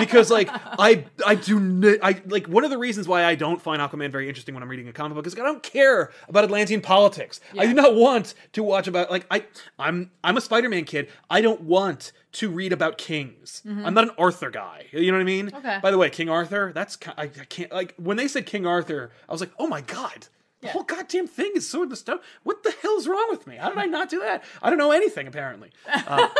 Because like I I do ni- I like one of the reasons why I don't find Aquaman very interesting when I'm reading a comic book is 'cause I don't care about Atlantean politics. I do not want to watch about like I I'm I'm a Spider-Man kid. I don't want to read about kings. I'm not an Arthur guy. You know what I mean? Okay. By the way, King Arthur, that's ki- I, I can't like when they said King Arthur, I was like, "Oh my god." The Yeah. whole goddamn thing is so nostalgic. What the hell's wrong with me? How did I not do that? I don't know anything apparently.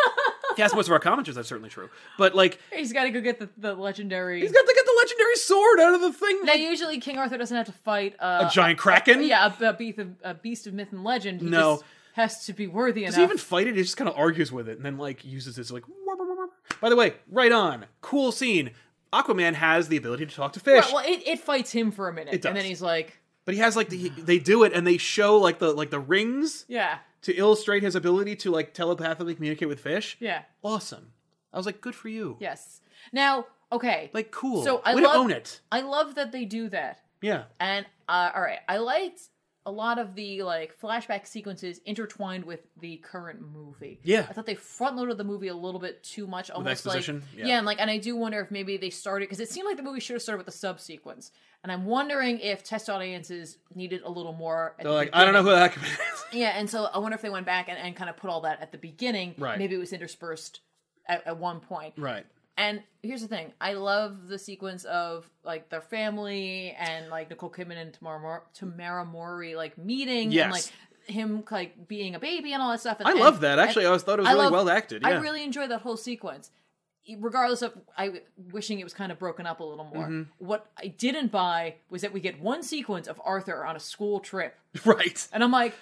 If you ask most of our commenters, that's certainly true. But like, He's got to go get the, the legendary. he's got to get the legendary sword out of the thing. now, Like, usually King Arthur doesn't have to fight uh, a giant kraken. Yeah, a, a, beast of, a beast of myth and legend. He No. just has to be worthy Does he enough. even fight it? He just kind of argues with it and then like uses his like. "Wah, wah, wah, wah." By the way, right on. Cool scene. Aquaman has the ability to talk to fish, well, it, it fights him for a minute, does. and then he's like, but he has like the, he- they do it and they show like the like the rings "Yeah, to illustrate his ability to like telepathically communicate with fish. yeah, Awesome. I was like, good for you. yes." Now, okay, Like cool. So I Way love- to own it. I love that they do that. Yeah. And uh, all right, I liked a lot of the like flashback sequences intertwined with the current movie. Yeah. I thought they front loaded the movie a little bit too much, almost like exposition? Yeah. yeah. and like, and I do wonder if maybe they started because it seemed like the movie should have started with a sub sequence, and I'm wondering if test audiences needed a little more. At They're the like, I don't know beginning. who that could be. Yeah, and so I wonder if they went back and, and kind of put all that at the beginning. Right. Maybe it was interspersed at, at one point. right. And here's the thing: I love the sequence of like their family and like Nicole Kidman and Tamara Mor- Tamara Mori like meeting and Yes. like him like being a baby and all that stuff. And, I and- love that. Actually, I and always thought it was I really love- well acted. Yeah. I really enjoyed that whole sequence, E, regardless of I wishing it was kind of broken up a little more. Mm-hmm. What I didn't buy was that we get one sequence of Arthur on a school trip, right. and I'm like,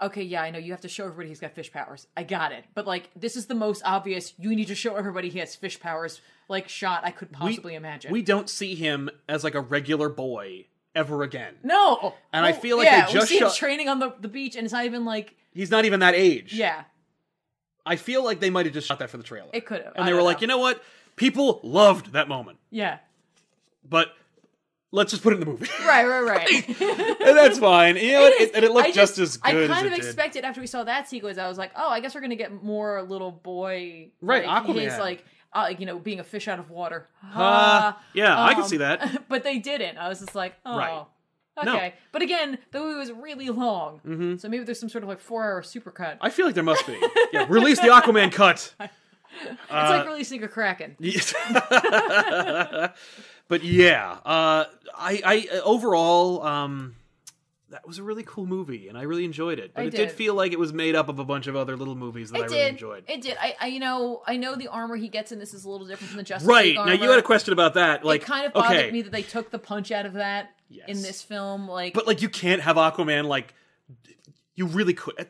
okay, yeah, I know you have to show everybody he's got fish powers. I got it. But like, this is the most obvious. You need to show everybody he has fish powers. Like shot I could possibly imagine. We don't see him as like a regular boy ever again. no. And I Well, feel like yeah, they we just see him shot- training on the, the beach, and it's not even like He's not even that age. yeah, I feel like they might have just shot that for the trailer. it could have. and they were like, you know what? People loved that moment, yeah, but let's just put it in the movie. right, right, right. and that's fine. You know, it is. and it looked I just, as I good kind as it of did. expected after we saw that sequence. I was like, oh, I guess we're gonna get more little boy. Right, like, Aquaman. He's like, uh, like, you know, being a fish out of water. Uh, Ha. yeah, I can Um, see that. but they didn't. I was just like, oh. Right. Okay. No. Mm-hmm. But again, the movie was really long. So maybe there's some sort of like four hour supercut. I feel like there must be. Yeah, release the Aquaman cut. it's uh, like releasing a Kraken. Yes. but yeah, uh, I, I overall um, that was a really cool movie, and I really enjoyed it. But I it did. did. feel like it was made up of a bunch of other little movies that I It really did. enjoyed. It did. I, I, you know, I know the armor he gets in this is a little different from the Justice right League now, you armor. had a question about that. Like, It kind of bothered okay, me that they took the punch out of that in Yes. this film. Like, but like you can't have Aquaman like you really could. eh,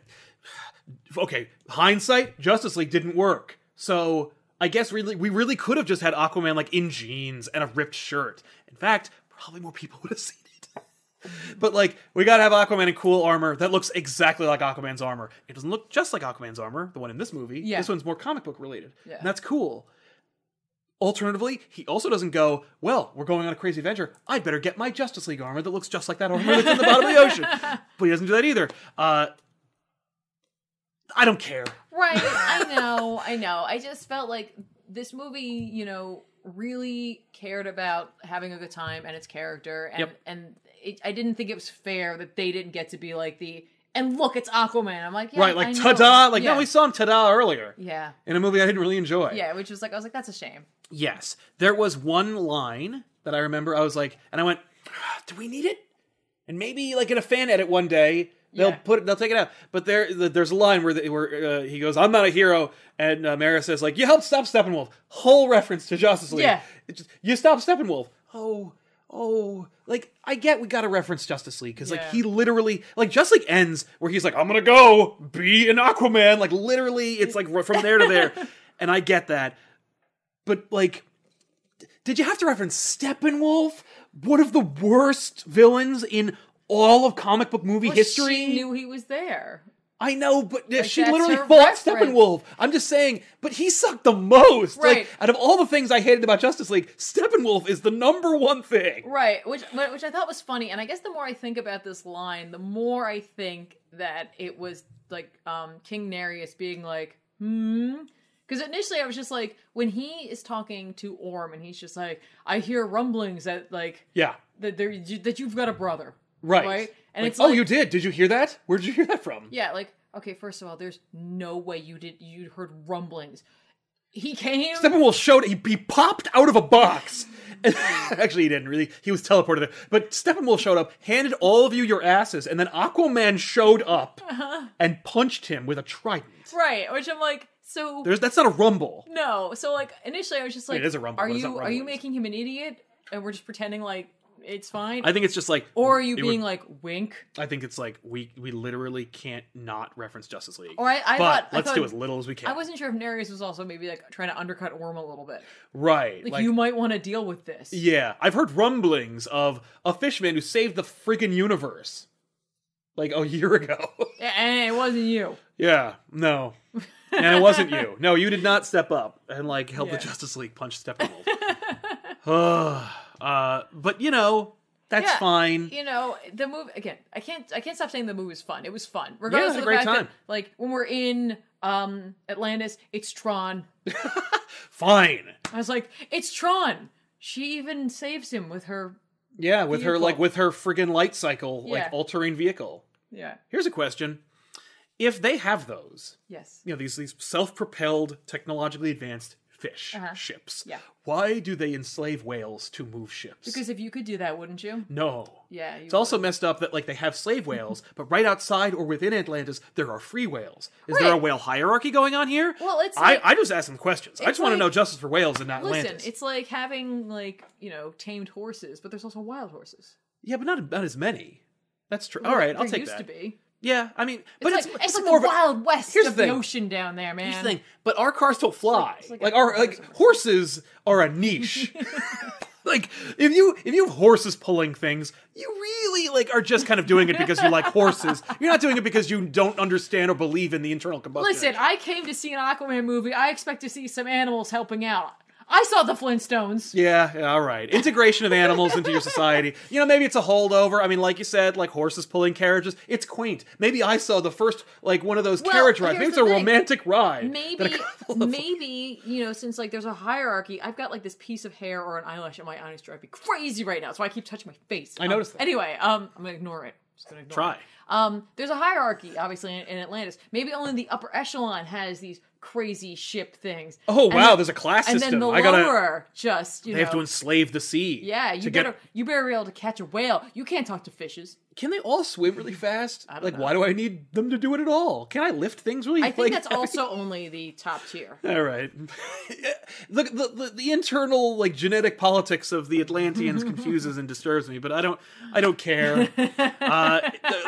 Okay, hindsight, Justice League didn't work, so I guess really we really could have just had Aquaman like in jeans and a ripped shirt. In fact, probably more people would have seen it. But like, we gotta have Aquaman in cool armor that looks exactly like Aquaman's armor. It doesn't look just like Aquaman's armor, the one in this movie. Yeah. This one's more comic book related. Yeah. And that's cool. Alternatively, he also doesn't go, Well, we're going on a crazy adventure. I'd better get my Justice League armor that looks just like that armor that's in the bottom of the ocean. But he doesn't do that either. Uh, I don't care. Right. I know. I know. I just felt like this movie, you know, really cared about having a good time and its character, and Yep. and it, I didn't think it was fair that they didn't get to be like the and look, it's Aquaman. I'm like, yeah, right, I like know. ta da. Like, yeah. no, we saw him ta da earlier yeah, in a movie I didn't really enjoy. yeah, which was like, I was like, that's a shame. Yes. There was one line that I remember. I was like, and I went, "Ah, do we need it? And maybe like in a fan edit one day, they'll Yeah. put it, they'll take it out. But there, th- there's a line where, the, where uh, he goes, I'm not a hero. And uh, Mara says, like, you helped stop Steppenwolf. Whole reference to Justice League. Yeah. It's just, you stopped Steppenwolf. Oh, oh. Like, I get we got to reference Justice League because, like, Yeah. he literally, like, Justice League ends where he's like, I'm going to go be an Aquaman. Like, literally, it's like from there to there. and I get that but like d- did you have to reference steppenwolf one of the worst villains in all of comic book movie history she knew he was there. i know but uh, she that's literally her fought reference. steppenwolf i'm just saying but he sucked the most like Right. out of all the things i hated about justice league steppenwolf is the number one thing Right, which but- which I thought was funny, and I guess the more I think about this line, the more I think that it was like um King Nereus being like, hmm. Because initially I was just like, when he is talking to Orm, and he's just like, I hear rumblings that like yeah that there that you've got a brother, right Right, and Like, it's oh like- you did did you hear that where did you hear that from yeah, like okay, first of all, there's no way you did you heard rumblings. He came. Steppenwolf showed he, he popped out of a box. And- Actually, he didn't really. He was teleported there. But Steppenwolf showed up, handed all of you your asses, and then Aquaman showed up Uh-huh. and punched him with a trident. Right, which I'm like, so There's that's not a rumble. No. So like initially I was just like it is a rumble, Are but it's you not are you rumblings. making him an idiot and we're just pretending like it's fine? I think it's just like, or are you it being would- like wink? I think it's like we we literally can't not reference Justice League. Or I, I but thought let's I thought, do as little as we can. I wasn't sure if Nereus was also maybe like trying to undercut Orm a little bit. right. Like, you might want to deal with this. Yeah, I've heard rumblings of a fishman who saved the friggin' universe, like a year ago. And it wasn't you. Yeah, no. And it wasn't you. No, you did not step up and like help Yeah. the Justice League punch Steppenwolf. Ugh. uh, but you know, that's Yeah, fine. You know, the movie again, I can't I can't stop saying the movie was fun. It was fun. Regardless Yeah, of it the was a fact great that time. like when we're in um Atlantis, it's Tron. Fine. I was like, it's Tron. She even saves him with her Yeah, with her Vehicle. like with her friggin' light cycle, Yeah. like all terrain vehicle. Yeah. Here's a question. If they have those, Yes. you know, these these self-propelled, technologically advanced fish Uh-huh. ships. Yeah. Why do they enslave whales to move ships? Because if you could do that, wouldn't you? no. Yeah. You It's also messed up that like they have Mm-hmm. slave whales, but right outside or within Atlantis there are free whales. Is there a Right. whale hierarchy going on here? Well, it's I, like- I just ask some questions. I it's just want to like- know justice for whales and not Listen, Atlantis. it's like having like you know tamed horses, but there's also wild horses. Yeah, but not not as many. That's true. All right, I'll There take used that. to be. Yeah, I mean, but it's, it's, it's like, it's like more the of a- wild west Here's of the the thing. ocean down there, man. Here's the thing, but our cars still fly. it's Like, like our a- like horses are a niche. like if you if you have horses pulling things, you really like are just kind of doing it because you like horses. You're not doing it because you don't understand or believe in the internal combustion. Listen, I came to see an Aquaman movie. I expect to see some animals helping out. I saw the Flintstones. Yeah, yeah, all right. Integration of animals into your society. You know, maybe it's a holdover. I mean, like you said, like horses pulling carriages. It's quaint. Maybe I saw the first, like, one of those Well, carriage rides. Maybe here's it's a the thing. romantic ride. that a Maybe, couple of- maybe you know, since like there's a hierarchy, I've got like this piece of hair or an eyelash on my eyelash drive me crazy right now, so I keep touching my face. I noticed that. Anyway, um, I'm gonna ignore it. Just gonna ignore Try. It. Um, there's a hierarchy, obviously, in, in Atlantis. Maybe only the upper echelon has these crazy ship things. Oh, And wow, then- there's a class and system. then the I gotta- lower just you They know, have to enslave the sea. yeah, you to better Get, you better be able to catch a whale. You can't talk to fishes. can they all swim really fast? don't like, know. why do I need them to do it at all? Can I lift things really? I think like, that's also only the top tier. All right. the, the, the the internal like genetic politics of the Atlanteans confuses and disturbs me, but I don't I don't care. uh,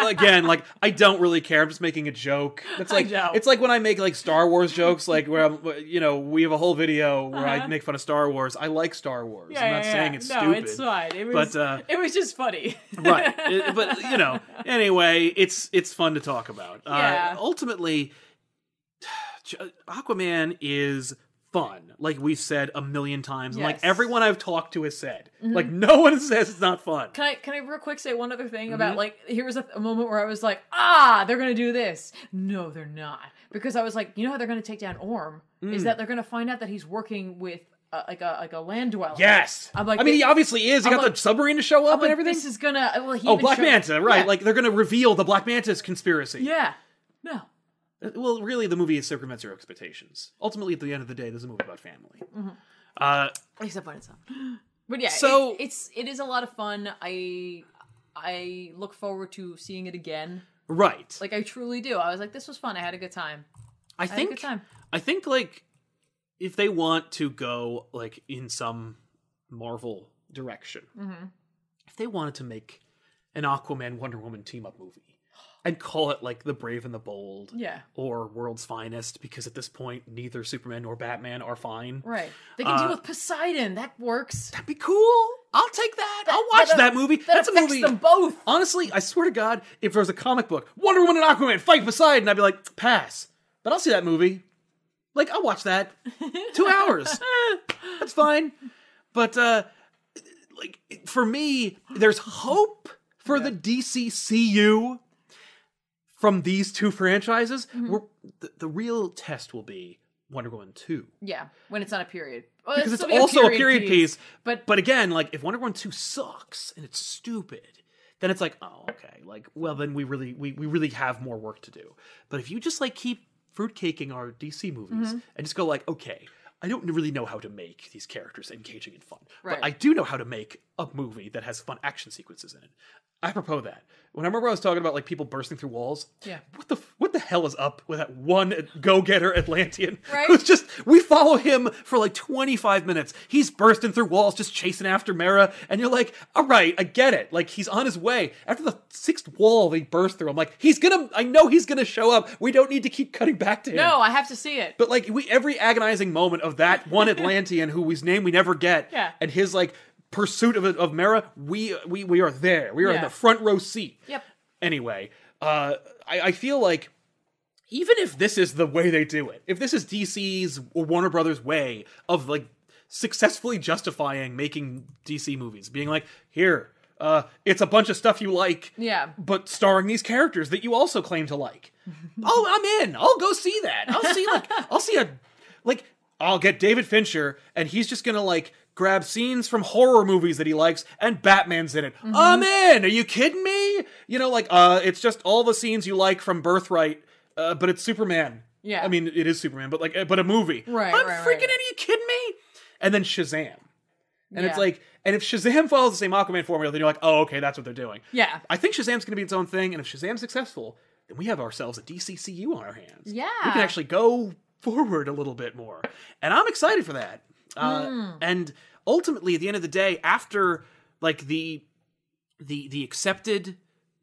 again, like I don't really care. I'm just making a joke. It's like know. it's like when I make like Star Wars jokes, like where I'm, you know we have a whole video where I Uh-huh. make fun of Star Wars. I like Star Wars. I'm not saying it's no, stupid. it's fine. It was, but, uh, it was just funny. right It- but you know anyway it's it's fun to talk about Yeah. uh, ultimately aquaman is fun like we've said a million times and like Yes. Mm-hmm. everyone i've talked to has said like no one says it's not fun Can I can I real quick say one other thing Mhm. about like here was a, a moment where I was like, ah, they're gonna do this. No, they're not because I was like, you know how they're gonna take down Orm Mm. is that they're gonna find out that he's working with uh, like a like a land dweller. yes I'm like, i mean thi- he obviously is he I'm got like- the submarine to show up Like, and everything This is gonna uh, well, he oh even black showed- manta right Yeah. like they're gonna reveal the black manta's conspiracy yeah, no, Uh, well really the movie is circumvents your expectations ultimately at the end of the day this is a movie about family Mm-hmm. uh except when it's on. But yeah, So- so it's it is a lot of fun. I I look forward to seeing it again. right Like I truly do. I was like, this was fun. I had a good time. I had a good think time. I think like if they want to go like in some Marvel direction, Mm-hmm. if they wanted to make an Aquaman Wonder Woman team up movie, I'd call it like The Brave and the Bold, Yeah. or World's Finest, because at this point neither Superman nor Batman are fine. Right. They can Uh, deal with Poseidon. That works. That'd be cool. I'll take that. I'll watch that, movie. That That's a affects movie. them both. Honestly, I swear to God, if there was a comic book, Wonder Woman and Aquaman fight Poseidon, I'd be like, pass. But I'll see that movie. Like, I'll watch that. Two hours. Eh, That's fine. But uh like for me, there's hope for the DCCU from these two franchises. We're, the, the real test will be Wonder Woman 2. Yeah, when it's not a period. Well, Because it's still gonna be also a period piece, But, But again, like if Wonder Woman 2 sucks and it's stupid, then it's like, oh, okay, like well then we really we, we really have more work to do. But if you just like keep fruitcaking our DC movies Mm-hmm. and just go like, okay, I don't really know how to make these characters engaging and fun. Right. But I do know how to make a movie that has fun action sequences in it. I propose that. When I remember I was talking about like people bursting through walls, Yeah. what the f- what the hell is up with that one go-getter Atlantean Right? who's just we follow him for like 25 minutes. He's bursting through walls just chasing after Mara and you're like, "All right, I get it. Like he's on his way." After the sixth wall they burst through, I'm like, "He's going to I know he's going to show up. We don't need to keep cutting back to him." no, I have to see it. But like we every agonizing moment of that one Atlantean who whose name we never get, Yeah. and his like pursuit of of Mera, we we we are there. We are in Yeah. the front row seat. Yep. Anyway, uh, I, I feel like even if this is the way they do it, if this is DC's or Warner Brothers way of like successfully justifying making DC movies, being like, here, uh, it's a bunch of stuff you like, Yeah. but starring these characters that you also claim to like. oh, I'm in. I'll go see that. I'll see like I'll see a like I'll get David Fincher and he's just gonna like grab scenes from horror movies that he likes and Batman's in it. Mm-hmm. I'm in. Are you kidding me? You know, like uh, it's just all the scenes you like from Birthright, uh, but it's Superman. Yeah. I mean it is Superman, but like uh, but a movie. Right, I'm right, freaking. right. Are you kidding me? And then Shazam. And it's Yeah. like, and if Shazam follows the same Aquaman formula, then you're like, oh, okay, that's what they're doing. Yeah. I think Shazam's going to be its own thing, and if Shazam's successful, then we have ourselves a DCCU on our hands. Yeah. we can actually go forward a little bit more, and I'm excited for that. Uh, Hmm. And ultimately, at the end of the day, after like the the the accepted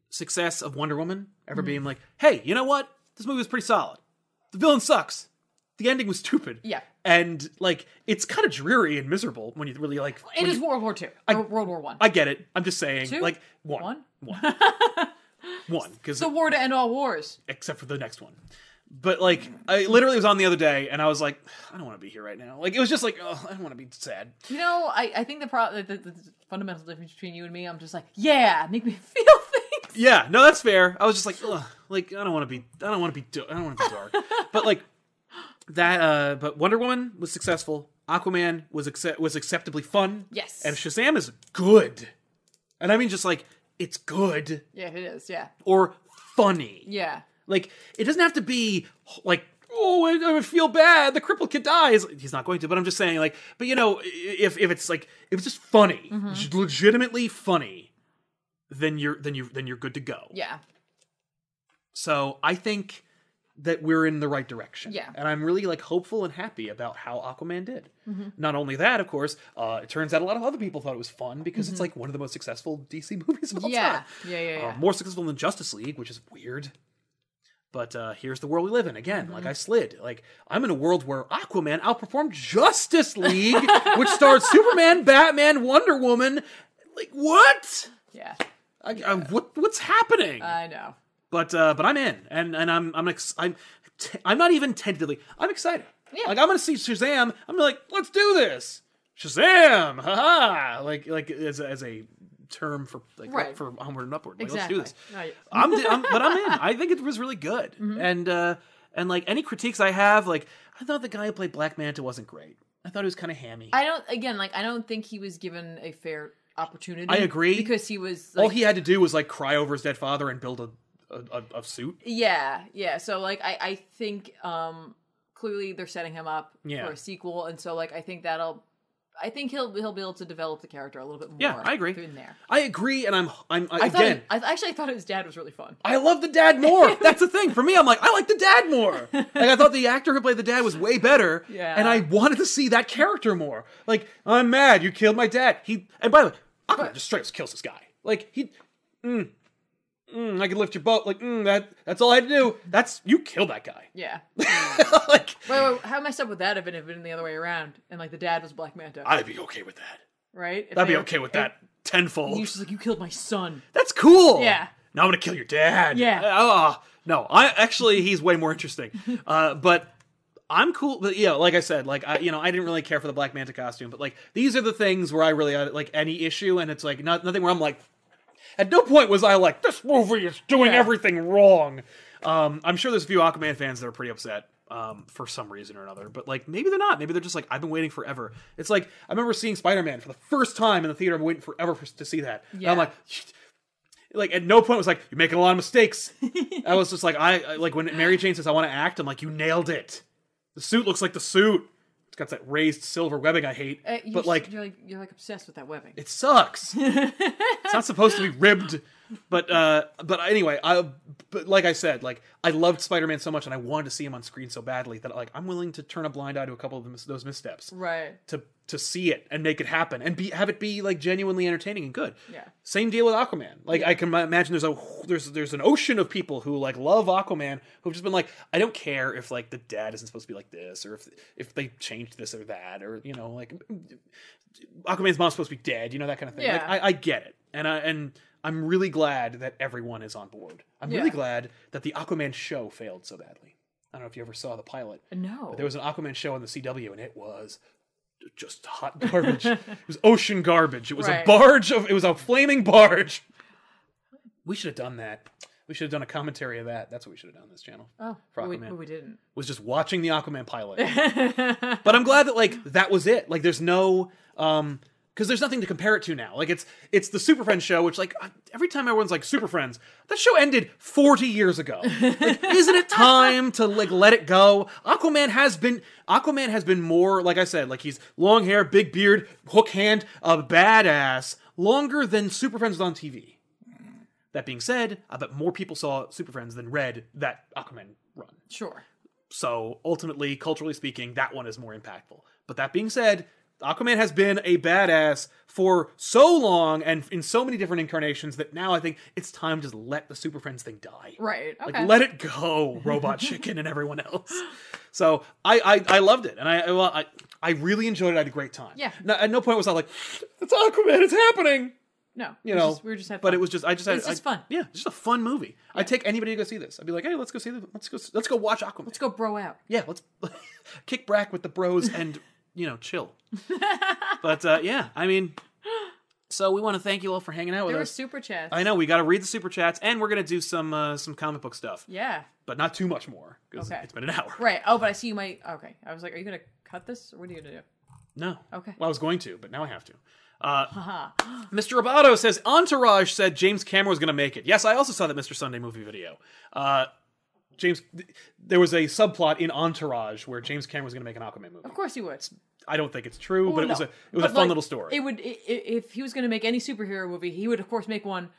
success of Wonder Woman Hmm. ever being like, hey, you know what? This movie was pretty solid. The villain sucks. The ending was stupid. Yeah. And like it's kind of dreary and miserable when you really like It is World War Two or World War One. I get it. I'm just saying Two? like one. One? One. One, cuz the war to end all wars. except for the next one. But like, I literally was on the other day, and I was like, I don't want to be here right now. Like, it was just like, oh, I don't want to be sad. You know, I, I think the, pro- the, the, the fundamental difference between you and me, I'm just like, yeah, make me feel things. Yeah, no, that's fair. I was just like, Ugh, like I don't want to be, I don't want to be, do- I don't want to be dark. but like that. uh But Wonder Woman was successful. Aquaman was accept- was acceptably fun. Yes. and Shazam is good, and I mean just like it's good Yeah, it is. Yeah, or funny. yeah. Like it doesn't have to be like oh I, I feel bad the crippled kid dies. He's not going to, but I'm just saying like but you know i- if if it's like if it's just funny, Mm-hmm. j- legitimately funny, then you're then you then you're good to go. Yeah. So I think that we're in the right direction. Yeah. And I'm really like hopeful and happy about how Aquaman did. Mm-hmm. Not only that, of course, uh, it turns out a lot of other people thought it was fun because it's like one of the most successful DC movies of all Mm-hmm. Yeah. time. Yeah, yeah, Uh, yeah. more successful than Justice League, which is weird. But uh, here's the world we live in again. Mm-hmm. Like I slid. Like I'm in a world where Aquaman outperformed Justice League, which stars Superman, Batman, Wonder Woman. Like what? Yeah. Uh, I, I, what what's happening? I know. but uh, but I'm in, and and I'm I'm ex- I'm t- I'm not even tentatively. I'm excited. Yeah. Like I'm gonna see Shazam. I'm like, let's do this. Shazam! Ha ha! Like like as a, as a term for like Right. for onward and upward. Like, Exactly. Let's do this. Right. I'm, di- I'm but I'm in. I think it was really good. Mm-hmm. And uh and like any critiques I have, like I thought the guy who played Black Manta wasn't great. I thought he was kind of hammy. I don't. Again, like I don't think he was given a fair opportunity. I agree. because he was. Like, All he had to do was like cry over his dead father and build a a, a, a suit. Yeah, yeah. So like I, I think um clearly they're setting him up Yeah. for a sequel, and so like I think that'll I think he'll he'll be able to develop the character a little bit more. Yeah, I agree. In there, I agree, and I'm I'm I, I thought again. it- I actually I thought his dad was really fun. I love the dad more. That's the thing. For me, I'm like, I like the dad more. Like I thought the actor who played the dad was way better. Yeah. And I wanted to see that character more. Like, I'm mad, you killed my dad. He and by the way, Aquaman just straight up kills this guy. Like he mm, mm, I could lift your boat. Like, mm, that that's all I had to do. That's you killed that guy. Yeah. Mm. like Wait, wait, how messed up would that have been if it had been the other way around? And like the dad was Black Manta, I'd be okay with that. right? If I'd be they- okay with if- that tenfold. He's just like, you killed my son. That's cool. Yeah. Now I'm gonna kill your dad. Yeah. Uh, no, I actually he's way more interesting. Uh, but I'm cool. But yeah, like I said, like I, you know, I didn't really care for the Black Manta costume, but like these are the things where I really uh, like any issue, and it's like not, nothing where I'm like. At no point was I like this movie is doing Yeah. everything wrong. Um, I'm sure there's a few Aquaman fans that are pretty upset um, for some reason or another, but like maybe they're not. Maybe they're just like I've been waiting forever. It's like I remember seeing Spider-Man for the first time in the theater. I'm waiting forever for, to see that. And Yeah. I'm like, like at no point was like you're making a lot of mistakes. I was just like I I- like when Mary Jane says I want to act, I'm like you nailed it. The suit looks like the suit. It's got that raised silver webbing I hate, Uh, you're but just- like you're like you're like obsessed with that webbing. it sucks. it's not supposed to be ribbed, but uh but anyway, I but like I said, like I loved Spider-Man so much and I wanted to see him on screen so badly that like I'm willing to turn a blind eye to a couple of mis- those missteps right. to to see it and make it happen and be have it be like genuinely entertaining and good. Yeah. Same deal with Aquaman. Like I can ma- imagine there's a there's there's an ocean of people who like love Aquaman who've just been like I don't care if like the dad isn't supposed to be like this or if if they changed this or that or you know like Aquaman's mom's supposed to be dead, you know that kind of thing. Yeah. Like I, I get it. And I and I'm really glad that everyone is on board. I'm Yeah. really glad that the Aquaman show failed so badly. I don't know if you ever saw the pilot. No. There was an Aquaman show on the CW, and it was just hot garbage. it was ocean garbage. It was Right. a barge of. It was a flaming barge. We should have done that. We should have done a commentary of that. That's what we should have done on this channel. oh, for but we, Aquaman. but we didn't. Was just watching the Aquaman pilot. but I'm glad that like that was it. Like there's no um because there's nothing to compare it to now. Like it's it's the Super Friends show, which like uh, every time everyone's like Super Friends, that show ended 40 years ago. Like, isn't it time to like let it go? Aquaman has been Aquaman has been more like I said, like he's long hair, big beard, hook hand, a badass longer than Super Friends was on TV. That being said, I bet more people saw Super Friends than read that Aquaman run. Sure. So ultimately, culturally speaking, that one is more impactful. But that being said, Aquaman has been a badass for so long and in so many different incarnations that now I think it's time to just let the Super Friends thing die. Right. Okay. Like let it go, Robot Chicken and everyone else. So I I, I loved it, and I I, well, I I really enjoyed it. I had a great time. Yeah. No, at no point was I like, it's Aquaman, it's happening. no. You we know, just, we were just having But fun. it was just I just had It's just I- fun. Yeah, it's just a fun movie. I take anybody to go see this. I'd be like, hey, let's go see the let's go let's go watch Aquaman. Let's go bro out. Yeah, let's kick back with the bros and you know chill. but uh, yeah, I mean, so we want to thank you all for hanging out with There were us. super chats. I know we got to read the super chats, and we're gonna do some uh, some comic book stuff, Yeah. but not too much more because Okay. it's been an hour. Right. Oh, but I see you might. Okay. I was like, are you gonna cut this? Or what are you gonna do? No, Okay. Well, I was going to, but now I have to. Uh, Mr. Roboto says Entourage said James Cameron was gonna make it. Yes, I also saw that Mr. Sunday movie video. Uh, James, th- there was a subplot in Entourage where James Cameron was gonna make an Aquaman movie. Of course you would. I don't think it's true, but Well, it was a Oh, no. it was a But, fun like, little story. It would i- i- if he was going to make any superhero movie, he would of course make one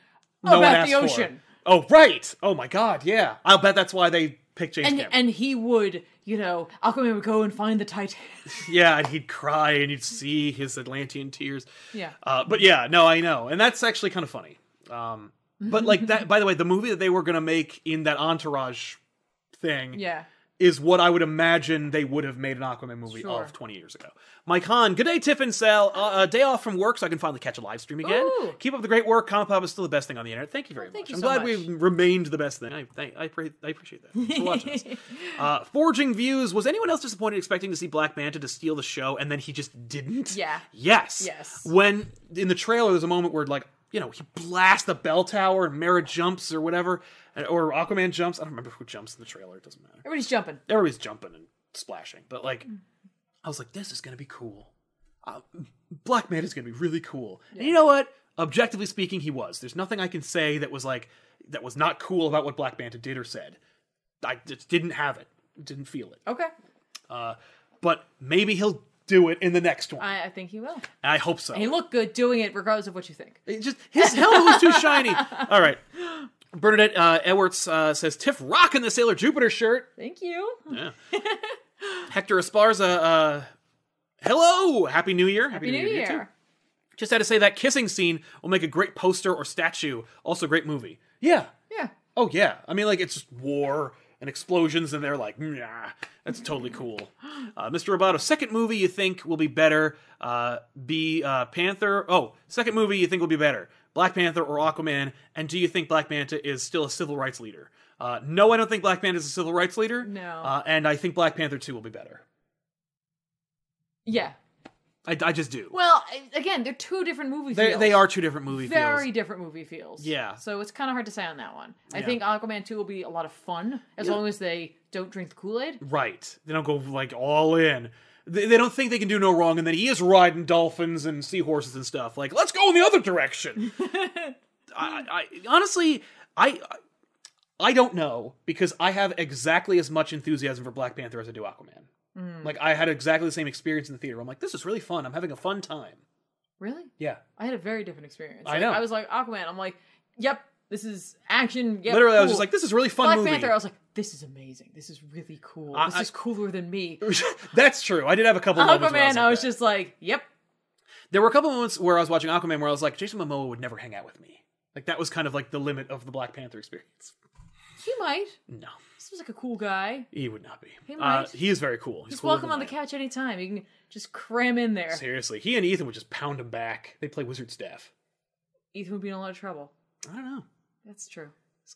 no one about asked the for it. ocean, Oh right! Oh my God! Yeah, I'll bet that's why they picked James and Cameron. and he would, you know, Aquaman would go and find the Titan. yeah, and he'd cry and you'd see his Atlantean tears. yeah, Uh, but yeah, no, I know, and that's actually kind of funny. Um, but like that. By the way, the movie that they were gonna make in that Entourage thing yeah. is what I would imagine they would have made an Aquaman movie Sure. of 20 years ago. Mike Hahn, good day, Tiff and Sal. Uh, uh, day off from work so I can finally catch a live stream again. Ooh. Oh, Keep up the great work. Comic Pop is still the best thing on the internet. Thank you very thank much. you I'm so glad much. we remained the best thing. I, thank, I, appre- I appreciate that. Thanks for watching us. Uh, Forging Views. Was anyone else disappointed expecting to see Black Manta to steal the show and then he just didn't? Yeah. Yes. Yes. When in the trailer, there's a moment where like you know he blasts the bell tower and Mara jumps or whatever, or Aquaman jumps. I don't remember who jumps in the trailer. It doesn't matter Everybody's jumping. everybody's jumping and splashing, but like, Mm-hmm. I was like, this is gonna be cool. Uh, Black Man is gonna be really cool. And you know what? Objectively speaking, he was. There's nothing I can say that was like that was not cool about what Black Manta did or said. I just didn't have it. Didn't feel it. Okay, But maybe he'll do it in the next one. I, I think he will. And I hope so. Uh, He looked good doing it, regardless of what you think. It just his helmet was too shiny. All right. Bernadette uh, Edwards uh, says Tiff rocking the Sailor Jupiter shirt. Thank you. Yeah. Hector Esparza, uh, hello! Happy New Year. Happy, Happy New to you, Year. too. Just had to say that kissing scene will make a great poster or statue. Also, great movie. Yeah. Yeah. Oh, yeah. I mean, like, it's just war and explosions, and they're like, nah, that's totally cool. Uh, Mr. Roboto, second movie you think will be better? Uh, be uh, Panther. Oh, second movie you think will be better? Black Panther or Aquaman? And do you think Black Manta is still a civil rights leader? Uh, no, I don't think Black Manta is a civil rights leader. No. Uh, and I think Black Panther 2 will be better. Yeah. I, I just do. Well, I- again, they're two different movie they, fields. they are two different movie very feels. different movie feels. Yeah. So it's kind of hard to say on that one. I Yeah. think Aquaman 2 will be a lot of fun as long as they don't drink the Kool-Aid. Right. They don't go like all in. They, they don't think they can do no wrong, and then he is riding dolphins and seahorses and stuff. Like, let's go in the other direction. I, I honestly, I, I don't know because I have exactly as much enthusiasm for Black Panther as I do Aquaman. Hmm. Like, I had exactly the same experience in the theater. I'm like, this is really fun. I'm having a fun time. Really? Yeah. I had a very different experience. I Like, know. I was like Aquaman. I'm like, yep, this is action. Yep, Literally, I was cool. just like, this is a really fun Black movie. Panther. I was like, this is amazing. This is really cool. I- this I- is cooler than me. That's true. I did have a couple. moments where Aquaman. like I was that. just like, yep. There were a couple moments where I was watching Aquaman where I was like, Jason Momoa would never hang out with me. Like that was kind of like the limit of the Black Panther experience. He might. No, This was like a cool guy. he would not be. He Uh, might. he is very cool. He's Just cooler welcome than on I the am. couch anytime. You can just cram in there. Seriously, he and Ethan would just pound him back. They play wizard staff. Ethan would be in a lot of trouble. I don't know. That's true.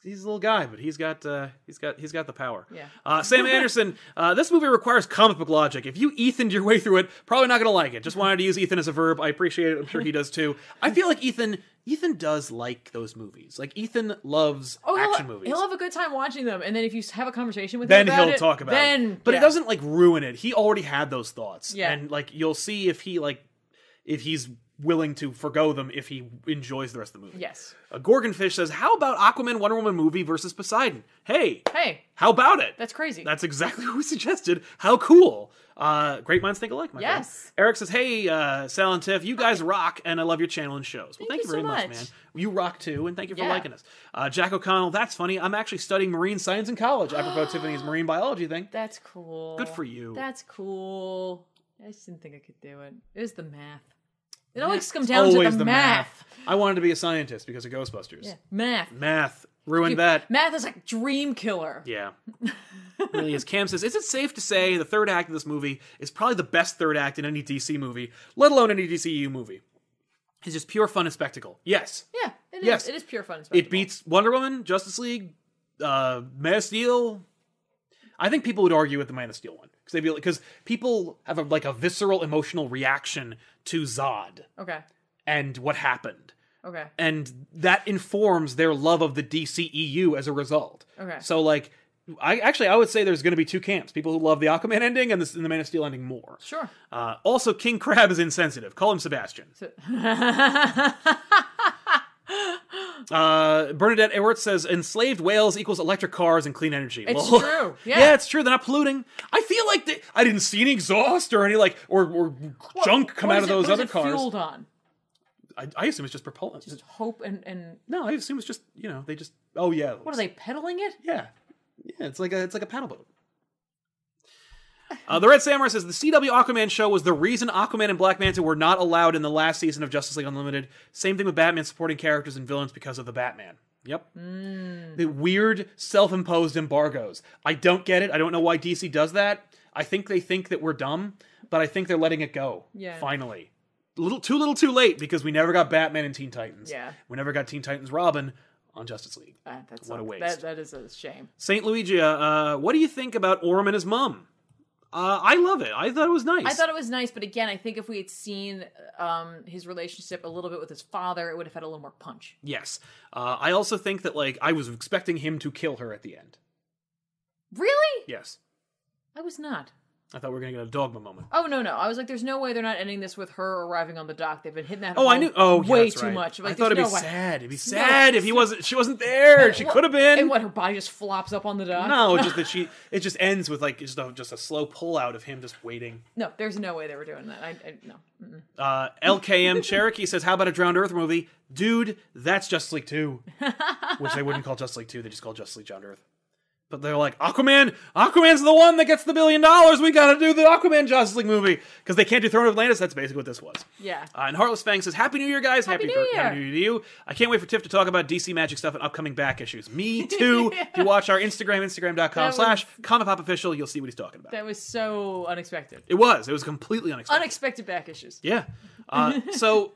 He's a little guy, but he's got uh, he's got he's got the power. Yeah. Uh, Sam Anderson, uh, this movie requires comic book logic. If you Ethaned your way through it, probably not gonna like it. Just wanted to use Ethan as a verb. I appreciate it. I'm sure he does too. I feel like Ethan Ethan does like those movies. Like Ethan loves Oh, he'll, action movies. he'll have a good time watching them, and then if you have a conversation with then him about he'll it, talk about then, it. But it yeah. doesn't like ruin it. He already had those thoughts. Yeah. And like you'll see if he like if he's willing to forgo them if he enjoys the rest of the movie. Yes. Uh, Gorgonfish says, "How about Aquaman Wonder Woman movie versus Poseidon?" Hey, Hey, how about it? that's crazy. That's exactly what we suggested. How cool. Uh, great minds think alike, my friend. Yes. Eric says, Hey, uh, Sal and Tiff, you guys rock, and I love your channel and shows. Well, thank, Thank you you very so much. much. man. You rock too, and thank you for Yeah. liking us. Uh, Jack O'Connell, that's funny. I'm actually studying marine science in college, apropos Tiffany's marine biology thing. That's cool. Good for you. That's cool. I just didn't think I could do it. It was the math. It always comes down Always to the, the math. I wanted to be a scientist because of Ghostbusters. Yeah, math. Math ruined that. Math is like dream killer. Yeah. really is. Cam says, Is it safe to say the third act of this movie is probably the best third act in any DC movie, let alone any DCU movie? It's just pure fun and spectacle. Yes. Yeah, it is. Yes. It is pure fun. and It spectacle. beats Wonder Woman, Justice League, uh, Man of Steel. I think people would argue with the Man of Steel one because they be because people have a, like a visceral emotional reaction to Zod Okay. and what happened, Okay. and that informs their love of the DCEU as a result. Okay. So like, I actually I would say there's going to be two camps: people who love the Aquaman ending and the, and the Man of Steel ending more. Sure. Uh, also, King Crab is insensitive. Call him Sebastian. So- Uh, Bernadette Edwards says enslaved whales equals electric cars and clean energy. It's true. Yeah. yeah, it's true. They're not polluting. I feel like they, I didn't see any exhaust or any like or, or junk come What out is of it- those what is other it cars. Fueled on I, I assume it's just propellant. just hope and and no, I assume it's just you know they just oh yeah. what are they peddling it? Yeah, yeah. It's like a it's like a paddle boat. Uh, the Red Samurai says the CW Aquaman show was the reason Aquaman and Black Manta were not allowed in the last season of Justice League Unlimited. Same thing with Batman supporting characters and villains because of the Batman. Yep. Mm. The weird self imposed embargoes. I don't get it. I don't know why DC does that. I think they think that we're dumb, but I think they're letting it go. Yeah. Finally. A little too little too late because we never got Batman and Teen Titans. Yeah. We never got Teen Titans Robin on Justice League. Ah, that's What a waste. That, that is a shame. St. Luigi, uh, uh, what do you think about Orm and his mum? Uh, I love it. I thought it was nice. I thought it was nice, but again, I think if we had seen um, his relationship a little bit with his father, it would have had a little more punch. yes. Uh, I also think that like I was expecting him to kill her at the end. Really? Yes. I was not. I thought we were gonna get a dogma moment. Oh no no! I was like, "There's no way they're not ending this with her arriving on the dock. They've been hitting that. Oh, I home knew. Oh, yeah, way that's too right. much. Like, I thought it'd there's be no way. sad. It'd be no sad if he wasn't. She wasn't there. She Well, could have been. And what? Her body just flops up on the dock. no, it's just that she. It just ends with like just a, just a slow pull out of him just waiting. No, there's no way they were doing that. I, I no. Mm-mm. Uh, LKM Cherokee says, "How about a Drowned Earth movie, dude? That's Justice League Two, which they wouldn't call Justice League Two. They just call Justice League Drowned Earth." But they're like, Aquaman, Aquaman's the one that gets the billion dollars. We gotta do the Aquaman Justice League movie because they can't do Throne of Atlantis. That's basically what this was. Yeah. Uh, and Heartless Fang says, Happy New Year, guys. Happy, New thir- Year. Happy New Year to you. I can't wait for Tiff to talk about DC Magic stuff and upcoming back issues. Me too. If you watch our Instagram, That instagram.com was- slash Comic Pop Official, you'll see what he's talking about. That was so unexpected. It was. It was completely unexpected. Unexpected back issues. yeah. Uh, so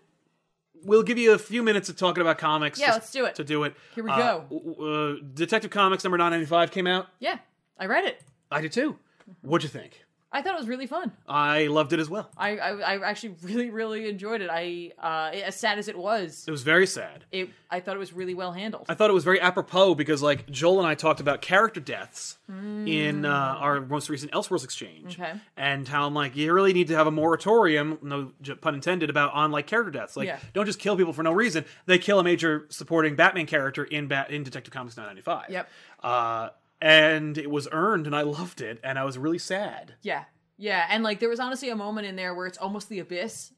we'll give you a few minutes of talking about comics. Yeah, just let's do it. To do it. Here we Uh, go. w- w- Uh, Detective Comics number 995 came out. Yeah, I read it. I did too. What'd you think? I thought it was really fun. I loved it as well. I, I, I actually really, really enjoyed it. I, uh, as sad as it was, It was very sad. it, I thought it was really well handled. I thought it was very apropos because like Joel and I talked about character deaths in uh, our most recent Elseworlds exchange, Okay. and how I'm like, you really need to have a moratorium, no j- pun intended, about on like character deaths. Like, Yeah. don't just kill people for no reason. They kill a major supporting Batman character in Bat in Detective Comics 995. Yep. Uh, and it was earned, and I loved it, and I was really sad. yeah, yeah, and like there was honestly a moment in there where it's almost the abyss,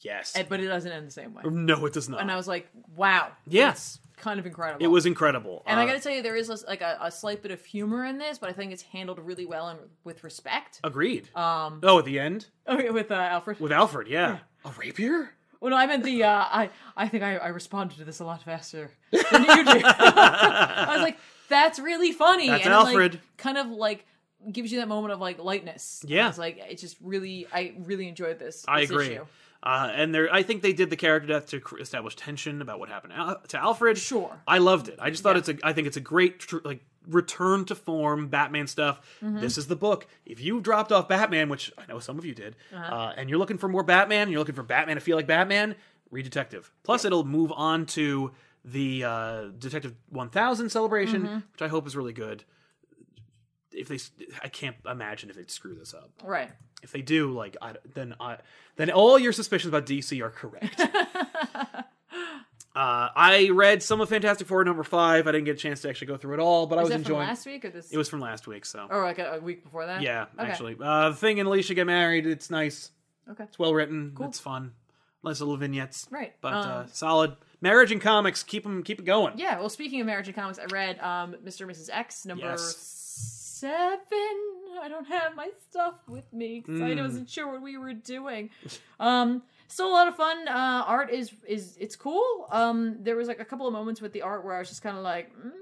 Yes. and- but it doesn't end the same way. no, it does not. And I was like, wow, yes, kind of incredible. it was incredible. and uh, I got to tell you, there is like a, a slight bit of humor in this, but I think it's handled really well and with respect. agreed. Um. Oh, at the end Okay, with uh, Alfred. with Alfred, yeah, a rapier. Well, no, I meant the. Uh, I I think I, I responded to this a lot faster than you did. I was like, that's really funny. That's it, like, Alfred. kind of like gives you that moment of like lightness. Yeah. it's like it's just really. I really enjoyed this. I this agree. issue. Uh, and there, I think they did the character death to cr- establish tension about what happened Al- to Alfred. Sure. I loved it. I just thought it's a. I think it's a great tr- like return to form Batman stuff. Mm-hmm. This is the book. If you dropped off Batman, which I know some of you did, uh Uh-huh. and you're looking for more Batman, and you're looking for Batman to feel like Batman, read Detective. Plus, it'll move on to the uh, Detective 1000 celebration, Mm-hmm. which I hope is really good. If they, s- I can't imagine if they'd screw this up Right. if they do like I, then I, then all your suspicions about dc are correct uh, i read some of fantastic four number five i didn't get a chance to actually go through it all but i Was was that enjoying from last week or this? it was from last week so or like a, a week before that. yeah Okay. actually uh, the thing and alicia get married it's nice Okay. it's well written it's fun nice little vignettes Right. but Um, uh, solid marriage and comics keep them keep it going Yeah. Well, speaking of marriage and comics, I read um, Mr. and Mrs. X number Yes. seven. I don't have my stuff with me because Hmm. I wasn't sure what we were doing. Um, still a lot of fun. Uh, art is is it's cool. Um, there was like a couple of moments with the art where I was just kind of like, mm,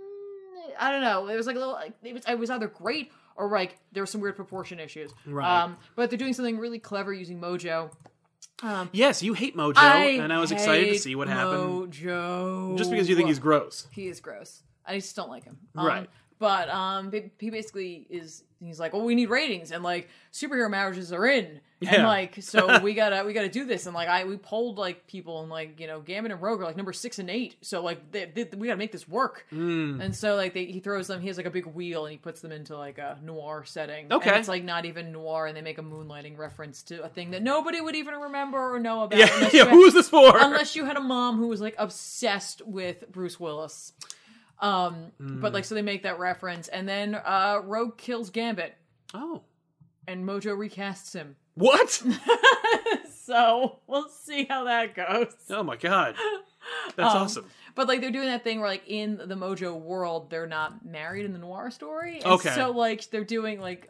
I don't know. It was like a little. Like, it was. I was either great or like there were some weird proportion issues. Right. Um, but they're doing something really clever using Mojo. Um, Yes, you hate Mojo, and I was excited to hate see what happened. Mojo. Just because you think he's gross. he is gross. I just don't like him. Um, Right. But um, ba- he basically is. He's like, well, we need ratings, and like superhero marriages are in, and Yeah. like so we gotta we gotta do this, and like I we polled like people, and like you know Gammon and Rogue are like number six and eight, so like they, they, we gotta make this work, Mm. and so like they, he throws them, he has like a big wheel, and he puts them into like a noir setting, and Okay. it's like not even noir, and they make a moonlighting reference to a thing that nobody would even remember or know about. Yeah, unless yeah. you had- Who's this for? unless you had a mom who was like obsessed with Bruce Willis. Um, but like so they make that reference, and then uh, Rogue kills Gambit, oh, and Mojo recasts him. what? So we'll see how that goes. Oh my god, that's Um, awesome. But like they're doing that thing where like in the Mojo world they're not married in the noir story, and Okay. So like they're doing like,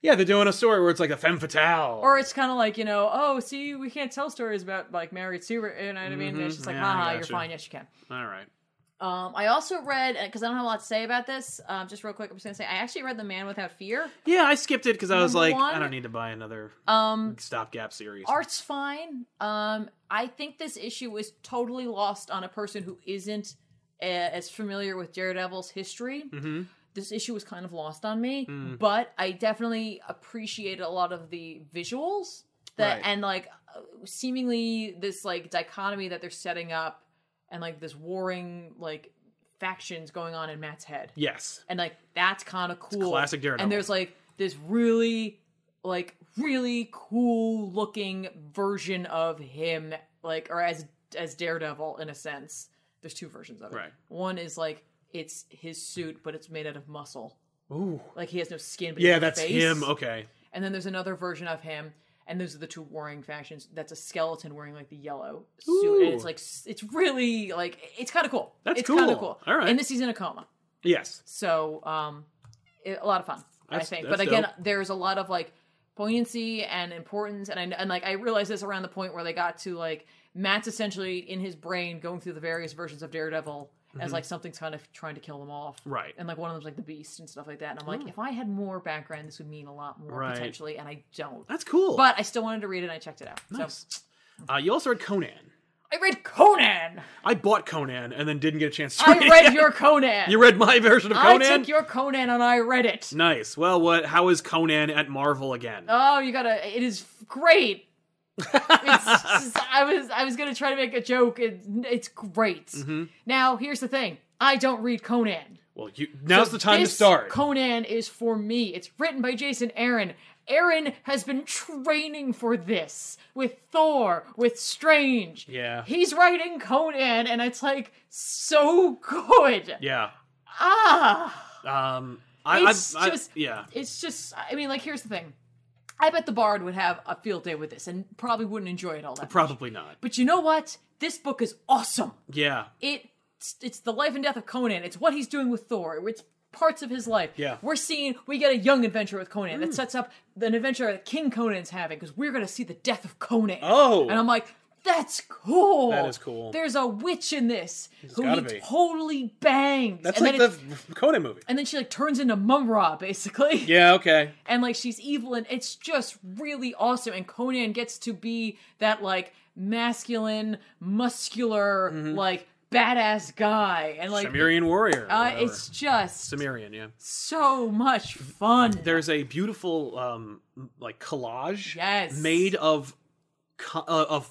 Yeah, they're doing a story where it's like a femme fatale. or it's kind of like you know, oh, see, we can't tell stories about like married super, you know what I mean? And it's just like, Mm-hmm. Yeah, I haha, you're gotcha. fine, yes, you can. All right. Um, I also read because I don't have a lot to say about this. Um, just real quick, I'm just gonna say I actually read The Man Without Fear. Yeah, I skipped it because I was Number like, one- I don't need to buy another Um, stopgap series. art's fine. Um, I think this issue is totally lost on a person who isn't uh, as familiar with Daredevil's history. hmm This issue was kind of lost on me, but I definitely appreciated a lot of the visuals that Right. and like uh, seemingly this like dichotomy that they're setting up and like this warring like factions going on in Matt's head. Yes. and like that's kind of cool. classic Daredevil. And there's like this really, like really cool looking version of him, like or as as Daredevil in a sense. There's two versions of it. Right. One is like it's his suit, but it's made out of muscle. Ooh. Like he has no skin. But he Yeah, has a that's face. him. Oh. Okay. And then there's another version of him. And those are the two warring factions. That's a skeleton wearing like the yellow suit, and Ooh. it's like s- it's really like it's kind of cool. That's it's kind cool. of cool. All right. And this he's in a coma. Yes. So, um, it, a lot of fun, That's- I think. that's But again, dope. there's a lot of like poignancy and importance, and I and like I realized this around the point where they got to like Matt's essentially in his brain going through the various versions of Daredevil Mm-hmm. as like something's kind of trying to kill them off, Right. And like one of them's like the Beast and stuff like that. And I'm like, if I had more background, this would mean a lot more Mm. Right. potentially, and I don't. That's cool. But I still wanted to read it, and I checked it out. So nice. Uh, you also read Conan. I read Conan. I bought Conan and then didn't get a chance to I read read it. your Conan. You read my version of Conan? I took your Conan and I read it. nice. Well, what? How is Conan at Marvel again? Oh, you gotta! It is f- great. It's just- I was I was gonna try to make a joke. It, it's great. Mm-hmm. Now here's the thing: I don't read Conan. well, you, now's So the time to this start. Conan is for me. It's written by Jason Aaron. Aaron has been training for this with Thor, with Strange. Yeah. he's writing Conan, and it's like so good. yeah. Ah. Um. I, It's I, I, just- yeah. it's just I mean, like here's the thing. I bet the Bard would have a field day with this and probably wouldn't enjoy it all that. much. Probably not. But you know what? This book is awesome. Yeah. It it's, it's the life and death of Conan. It's what he's doing with Thor. It's parts of his life. Yeah. Mm. We're seeing we get a young adventure with Conan that sets up an adventure that King Conan's having because we're gonna see the death of Conan. Oh. And I'm like, that's cool. That is cool. There's a witch in this who gotta he be. totally bangs. That's and like then the it's- Conan movie. and then she like turns into Mumra basically Yeah. Okay. and like she's evil and it's just really awesome and conan gets to be that like masculine muscular Mm-hmm. like badass guy and like Sumerian warrior. or uh, whatever. it's just Sumerian. Yeah. so much fun There's a beautiful um like collage. Yes. Made of co- uh, of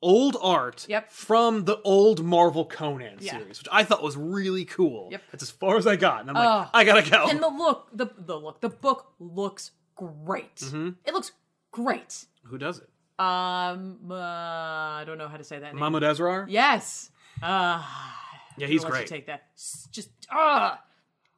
old art Yep. from the old Marvel Conan Yeah. series, which I thought was really cool. Yep. That's as far as I got. And I'm like, Oh. I gotta go. and the look the the look the book looks great Mm-hmm. it looks great Who does it? um uh, i don't know how to say that name. Mahmoud Ezrar? yes uh Yeah, he's I'll let great. you take that S- just uh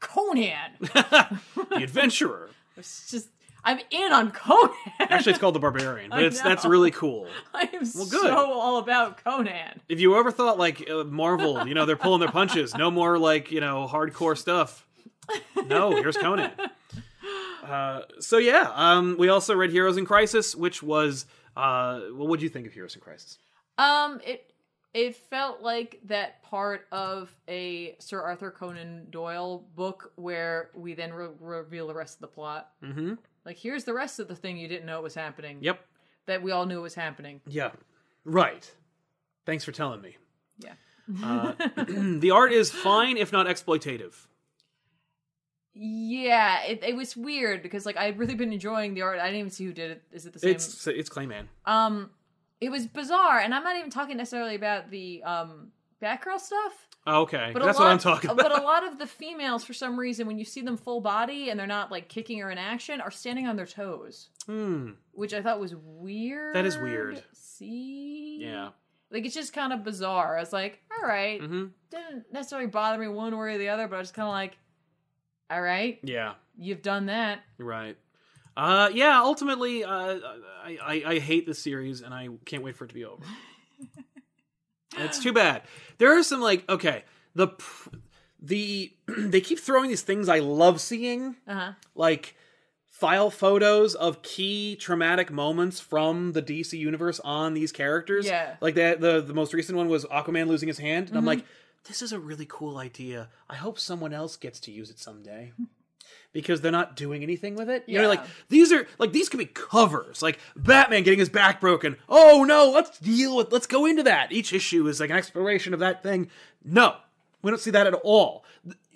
conan The Adventurer. it's just i'm in on conan Actually, it's called The Barbarian, but I it's that's know. really cool. I am good. so all about Conan. If you ever thought like uh, Marvel, you know, they're pulling their punches, no more like you know hardcore stuff. No, here's Conan. Uh, so yeah, um, we also read Heroes in Crisis, which was uh, well, what do you think of Heroes in Crisis? Um, it it felt like that part of a Sir Arthur Conan Doyle book where we then re- reveal the rest of the plot. Mm-hmm. Like, here's the rest of the thing you didn't know was happening. Yep. That we all knew was happening. Yeah. Right. Thanks for telling me. Yeah. Uh, the art is fine, if not exploitative. Yeah, it, it was weird because like I'd really been enjoying the art. I didn't even see who did it. Is it the same? It's it's Clayman. um, it was bizarre, and I'm not even talking necessarily about the um Batgirl stuff. Oh, okay, But a that's lot, what I'm talking about. But a lot of the females, for some reason, when you see them full body and they're not like kicking or in action, are standing on their toes, Hmm. which I thought was weird. That is weird. See? Yeah. Like it's just kind of bizarre. I was like, all right. Mm-hmm. didn't necessarily bother me one way or the other, but I was kind of like, all right, Yeah. you've done that. Right. Uh, yeah. Ultimately, uh, I, I I hate this series, and I can't wait for it to be over. it's too bad. There are some like okay the pr- the they keep throwing these things I love seeing Uh huh. like file photos of key traumatic moments from the DC universe on these characters. Yeah. Like that the the most recent one was Aquaman losing his hand. And I'm like, this is a really cool idea. I hope someone else gets to use it someday. Because they're not doing anything with it. You know, like Yeah. these are like these could be covers. Like Batman getting his back broken. Oh no, let's deal with let's go into that. Each issue is like an exploration of that thing. No. We don't see that at all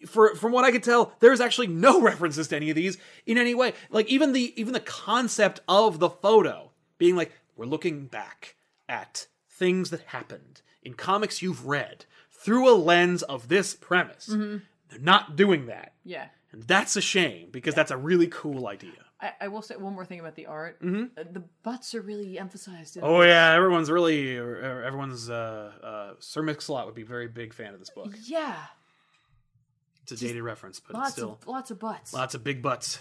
for from what I could tell, there's actually no references to any of these in any way. Like even the even the concept of the photo being like we're looking back at things that happened in comics you've read through a lens of this premise. They're not doing that. Yeah. And that's a shame because that's a really cool idea. I, I will say one more thing about the art. Uh, The butts are really emphasized. In Mm-hmm. Oh yeah, everyone's really er- everyone's uh uh Sir Mix-a-Lot would be a very big fan of this book. Yeah. It's a dated reference, but it's Lots still of lots of butts. lots of big butts.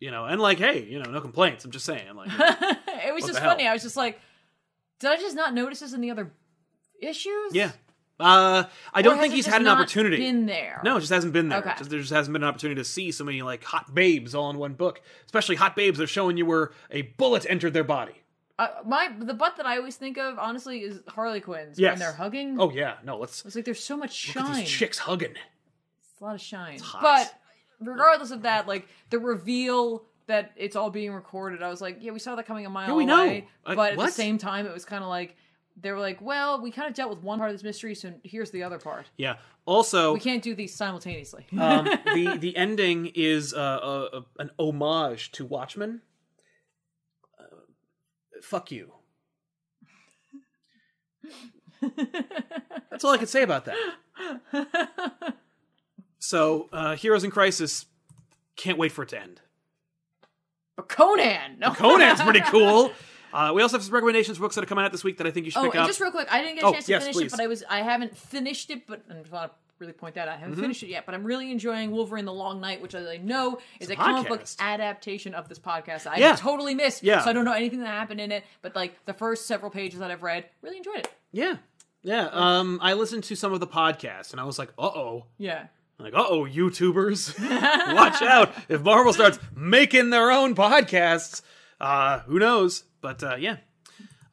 You know, and like hey, you know, no complaints. I'm just saying like it What was just the hell? funny. I was just like, did I just not notice this in the other issues? Yeah. Uh, I don't Or has think it he's just had an not opportunity. Been there. No, it just hasn't been there. Okay. Just, there just hasn't been an opportunity to see so many like hot babes all in one book. Especially hot babes that are showing you where a bullet entered their body. Uh, my the butt that I always think of, honestly, is Harley Quinn's Yes. when they're hugging. Oh yeah, no, let's It's like there's so much look at Hmm. shine. these chicks hugging. It's a lot of shine. hot. But regardless of that, like the reveal that it's all being recorded, I was like, yeah, we saw that coming a mile we know. away. Like, but at what? the same time, it was kind of like they were like, well, we kind of dealt with one part of this mystery, so here's the other part. Yeah. Also, We can't do these simultaneously. um, the the ending is uh, a, a, an homage to Watchmen. Uh, fuck you. That's all I can say about that. So, uh, Heroes in Crisis can't wait for it to end. Oh, but Conan, no. Conan's pretty cool. Uh, we also have some recommendations for books that are coming out this week that I think you should Oh, pick and up. just real quick, I didn't get a Oh, chance to yes, finish please. it, but I was I haven't finished it, but I just want to really point that out. I haven't Mm-hmm. finished it yet, but I'm really enjoying Wolverine: The Long Night, which I know is a, comic book podcast. adaptation of this podcast. that I Yeah. totally missed, Yeah. so I don't know anything that happened in it. But like the first several pages that I've read, really enjoyed it. yeah, yeah. Um, I listened to some of the podcasts and I was like, uh oh, Yeah, like uh oh, YouTubers, watch out! If Marvel starts making their own podcasts, uh, who knows? But uh, yeah.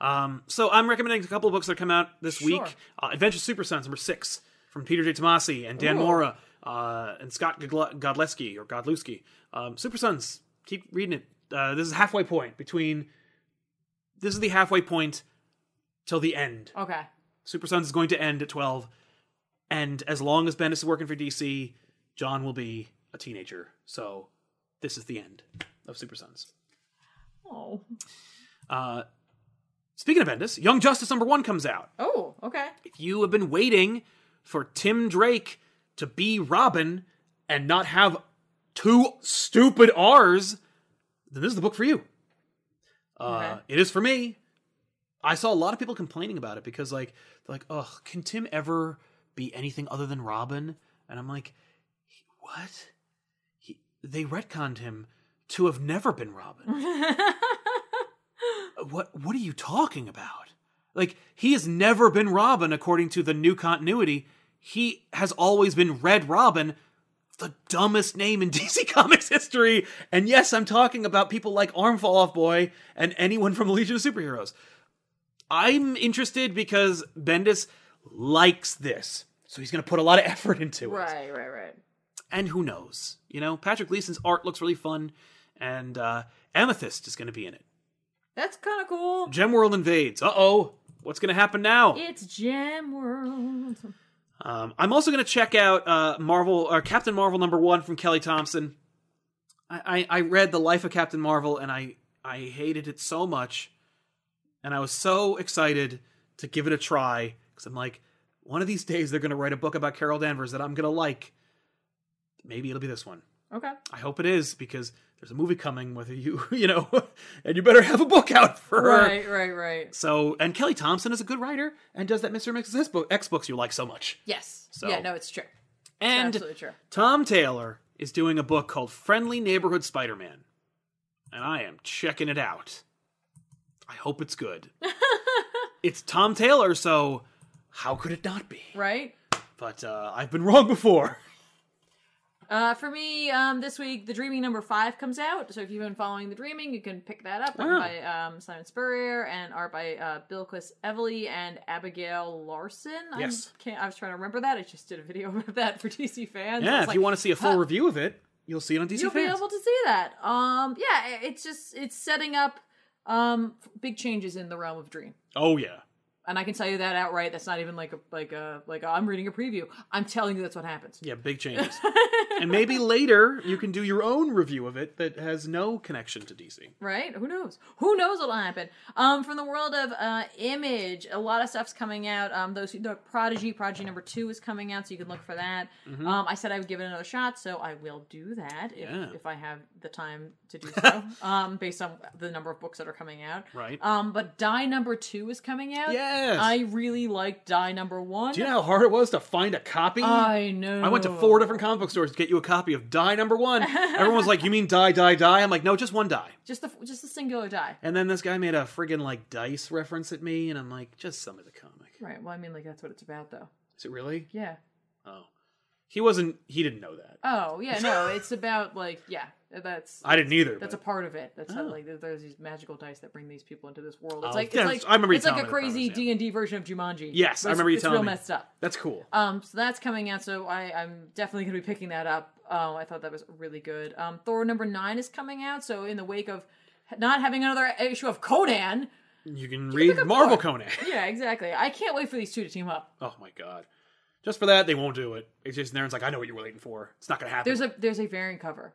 Um, so I'm recommending a couple of books that come out this Sure. week. Uh, Adventure Super Sons number six from Peter J. Tomasi and Dan Ooh. Mora uh, and Scott Godle- Godleski or Godlewski. Um, Super Sons, keep reading it. Uh, this is halfway point between. This is the halfway point till the end. okay, Super Sons is going to end at 12. And as long as Bendis is working for DC, John will be a teenager. So this is the end of Super Sons. oh, Uh, speaking of Bendis, Young Justice number one comes out. oh, okay, If you have been waiting for Tim Drake to be Robin and not have two stupid R's, then this is the book for you. Uh, Okay. It is for me. I saw a lot of people complaining about it because, like, they're like, oh, can Tim ever be anything other than Robin? And I'm like, he- what? He, they retconned him to have never been Robin. what? What are you talking about? Like, he has never been Robin according to the new continuity. He has always been Red Robin the dumbest name in DC Comics history. And yes, I'm talking about people like Arm Fall Off Boy and anyone from Legion of Superheroes. I'm interested because Bendis likes this. So he's going to put a lot of effort into it. Right, right, right. And who knows? You know, Patrick Leeson's art looks really fun. And uh, Amethyst is going to be in it. That's kind of cool. Gemworld invades. Uh oh. What's going to happen now? It's Gem World. Um, I'm also going to check out uh, Marvel or Captain Marvel number one from Kelly Thompson. I, I, I read the life of Captain Marvel and I I hated it so much, and I was so excited to give it a try because I'm like, one of these days they're going to write a book about Carol Danvers that I'm going to like. Maybe it'll be this one. Okay. I hope it is because there's a movie coming with you, you know, and you better have a book out for her. Right, right, right. So, and Kelly Thompson is a good writer and does that Mr. and Mrs. X book- X books you like so much. Yes. So- Yeah, no, it's true. And Absolutely true. Tom Taylor is doing a book called Friendly Neighborhood Spider Man. And I am checking it out. I hope it's good. it's Tom Taylor, so how could it not be? Right? But uh, I've been wrong before. Uh, for me, um, this week, The Dreaming number five comes out. So if you've been following The Dreaming, you can pick that up. Written Wow. by um, Simon Spurrier and art by uh, Bill Quist Evely and Abigail Larson. I'm- Yes. Can't, I was trying to remember that. I just did a video about that for DC fans. I Yeah, was if like, you want to see a full huh. review of it, you'll see it on DC you'll Fans. be able to see that. Um, yeah, i- it's just it's setting up um big changes in the realm of Dream. oh, yeah. And I can tell you that outright. That's not even like a like a like a, I'm reading a preview. I'm telling you that's what happens. Yeah, big changes. and maybe later you can do your own review of it that has no connection to DC. Right? Who knows? Who knows what'll happen? Um, from the world of uh, Image, a lot of stuff's coming out. Um, those who the Prodigy, Prodigy number two is coming out, so you can look for that. Um, I said I would give it another shot, so I will do that if, Mm-hmm. Yeah. if I have the time to do so. um, based on the number of books that are coming out. Right. Um, but Die number two is coming out. Yes. I really like Die number one. Do you know how hard it was to find a copy? I know. I went to four different comic book stores to get you a copy of Die Number One. Everyone's like, "You mean Die Die Die?" I'm like, "No, just one die." Just the just the singular die. And then this guy made a friggin' like dice reference at me, and I'm like, "Just some of the comic." Right. Well, I mean, like that's what it's about, though. Is it really? Yeah. Oh, he wasn't. He didn't know that. Oh yeah, no, it's about like yeah, that's I didn't either. that's a but- part of it. That's how, Oh. like there- there's these magical dice that bring these people into this world. It's Oh, like it's yes, like I remember you it's like telling a me that, crazy yeah. D and D version of Jumanji. Yes, I It's- remember you it's telling real me. messed up. That's cool. Um, so that's coming out. So I I'm definitely gonna be picking that up. Um, I thought that was really good. Um, Thor number nine is coming out. So in the wake of not having another issue of Conan, You can read Marvel Conan. yeah, exactly. I can't wait for these two to team up. Oh my god! Just for that, they won't do it. It's just Naren's like, "I know what you were waiting for. It's not gonna happen." There's a there's a variant cover.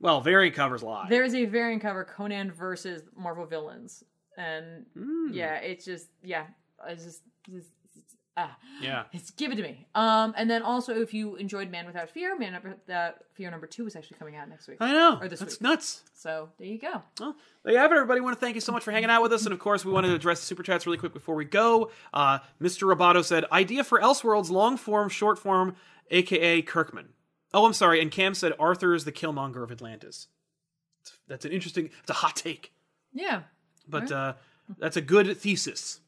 well, variant covers lie. There is a variant cover Conan versus Marvel villains, and Hmm. yeah, it's just yeah, it's just, it's, it's- ah, yeah. it's give it to me. Um, and then also if you enjoyed Man Without Fear, Man Without Fear number two is actually coming out next week. I know. Or this That's week. nuts. So there you go. Well, there you have it, everybody. I want to thank you so much for hanging out with us. And of course, we want to address the super chats really quick before we go. Uh, Mr. Roboto said, idea for Elseworlds, long form, short form, aka Kirkman. Oh, I'm sorry. And Cam said, Arthur is the Killmonger of Atlantis. That's an interesting, it's a hot take, Yeah, but uh, that's a good thesis.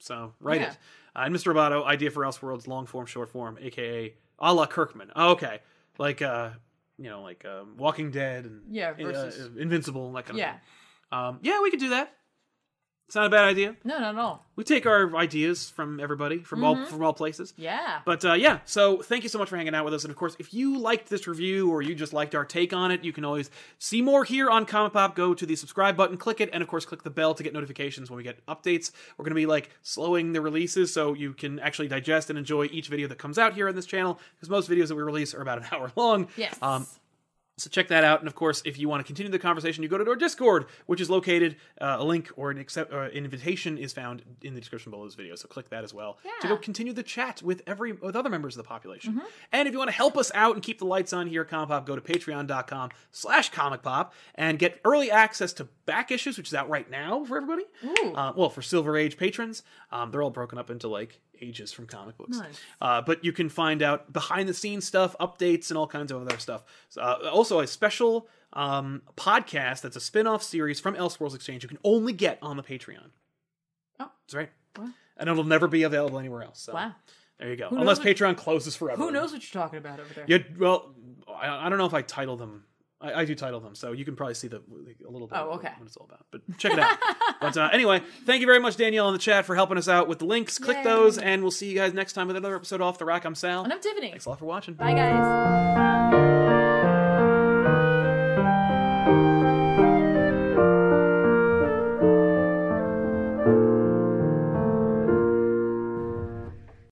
So write Yeah. it. Uh, and Mr. Roboto, idea for Elseworlds, long form, short form, aka a la Kirkman. Oh, okay. Like, uh, you know, like um, Walking Dead and Yeah, uh, versus- Invincible and that kind of yeah. thing. Um, yeah, we could do that. It's not a bad idea. No, not at all. We take our ideas from everybody, from all from all places. Yeah. But uh, yeah, so thank you so much for hanging out with us. And of course, if you liked this review or you just liked our take on it, you can always see more here on Comic Pop. Go to the subscribe button, click it, and of course, click the bell to get notifications when we get updates. We're going to be like slowing the releases so you can actually digest and enjoy each video that comes out here on this channel because most videos that we release are about an hour long. yes. Um, so check that out. And of course, if you want to continue the conversation, you go to our Discord, which is located. Uh, a link or an accept, or invitation is found in the description below this video. So click that as well to go Yeah. Mm-hmm. continue the chat with every with other members of the population. And if you want to help us out and keep the lights on here at Comic Pop, go to patreon.com slash comic pop and get early access to back issues, which is out right now for everybody. Ooh. Uh, well, for Silver Age patrons, um, they're all broken up into like ages from comic books. Nice. Uh, but you can find out behind the scenes stuff, updates, and all kinds of other stuff. So, uh, also, a special um, podcast that's a spin off series from Elseworlds Exchange you can only get on the Patreon. Oh. That's right. Wow. And it'll never be available anywhere else. So wow. There you go. Who Unless knows what- Patreon closes forever. Who knows what you're talking about over there? You, well, I, I don't know if I title them. I, I do title them, so you can probably see the a little bit. Oh, of okay. What it's all about, but check it out. but uh, anyway, thank you very much, Danielle, in the chat for helping us out with the links. Click Yay. those, and we'll see you guys next time with another episode of Off the Rack. I'm Sal. And I'm Tiffany. Thanks a lot for watching. Bye, guys.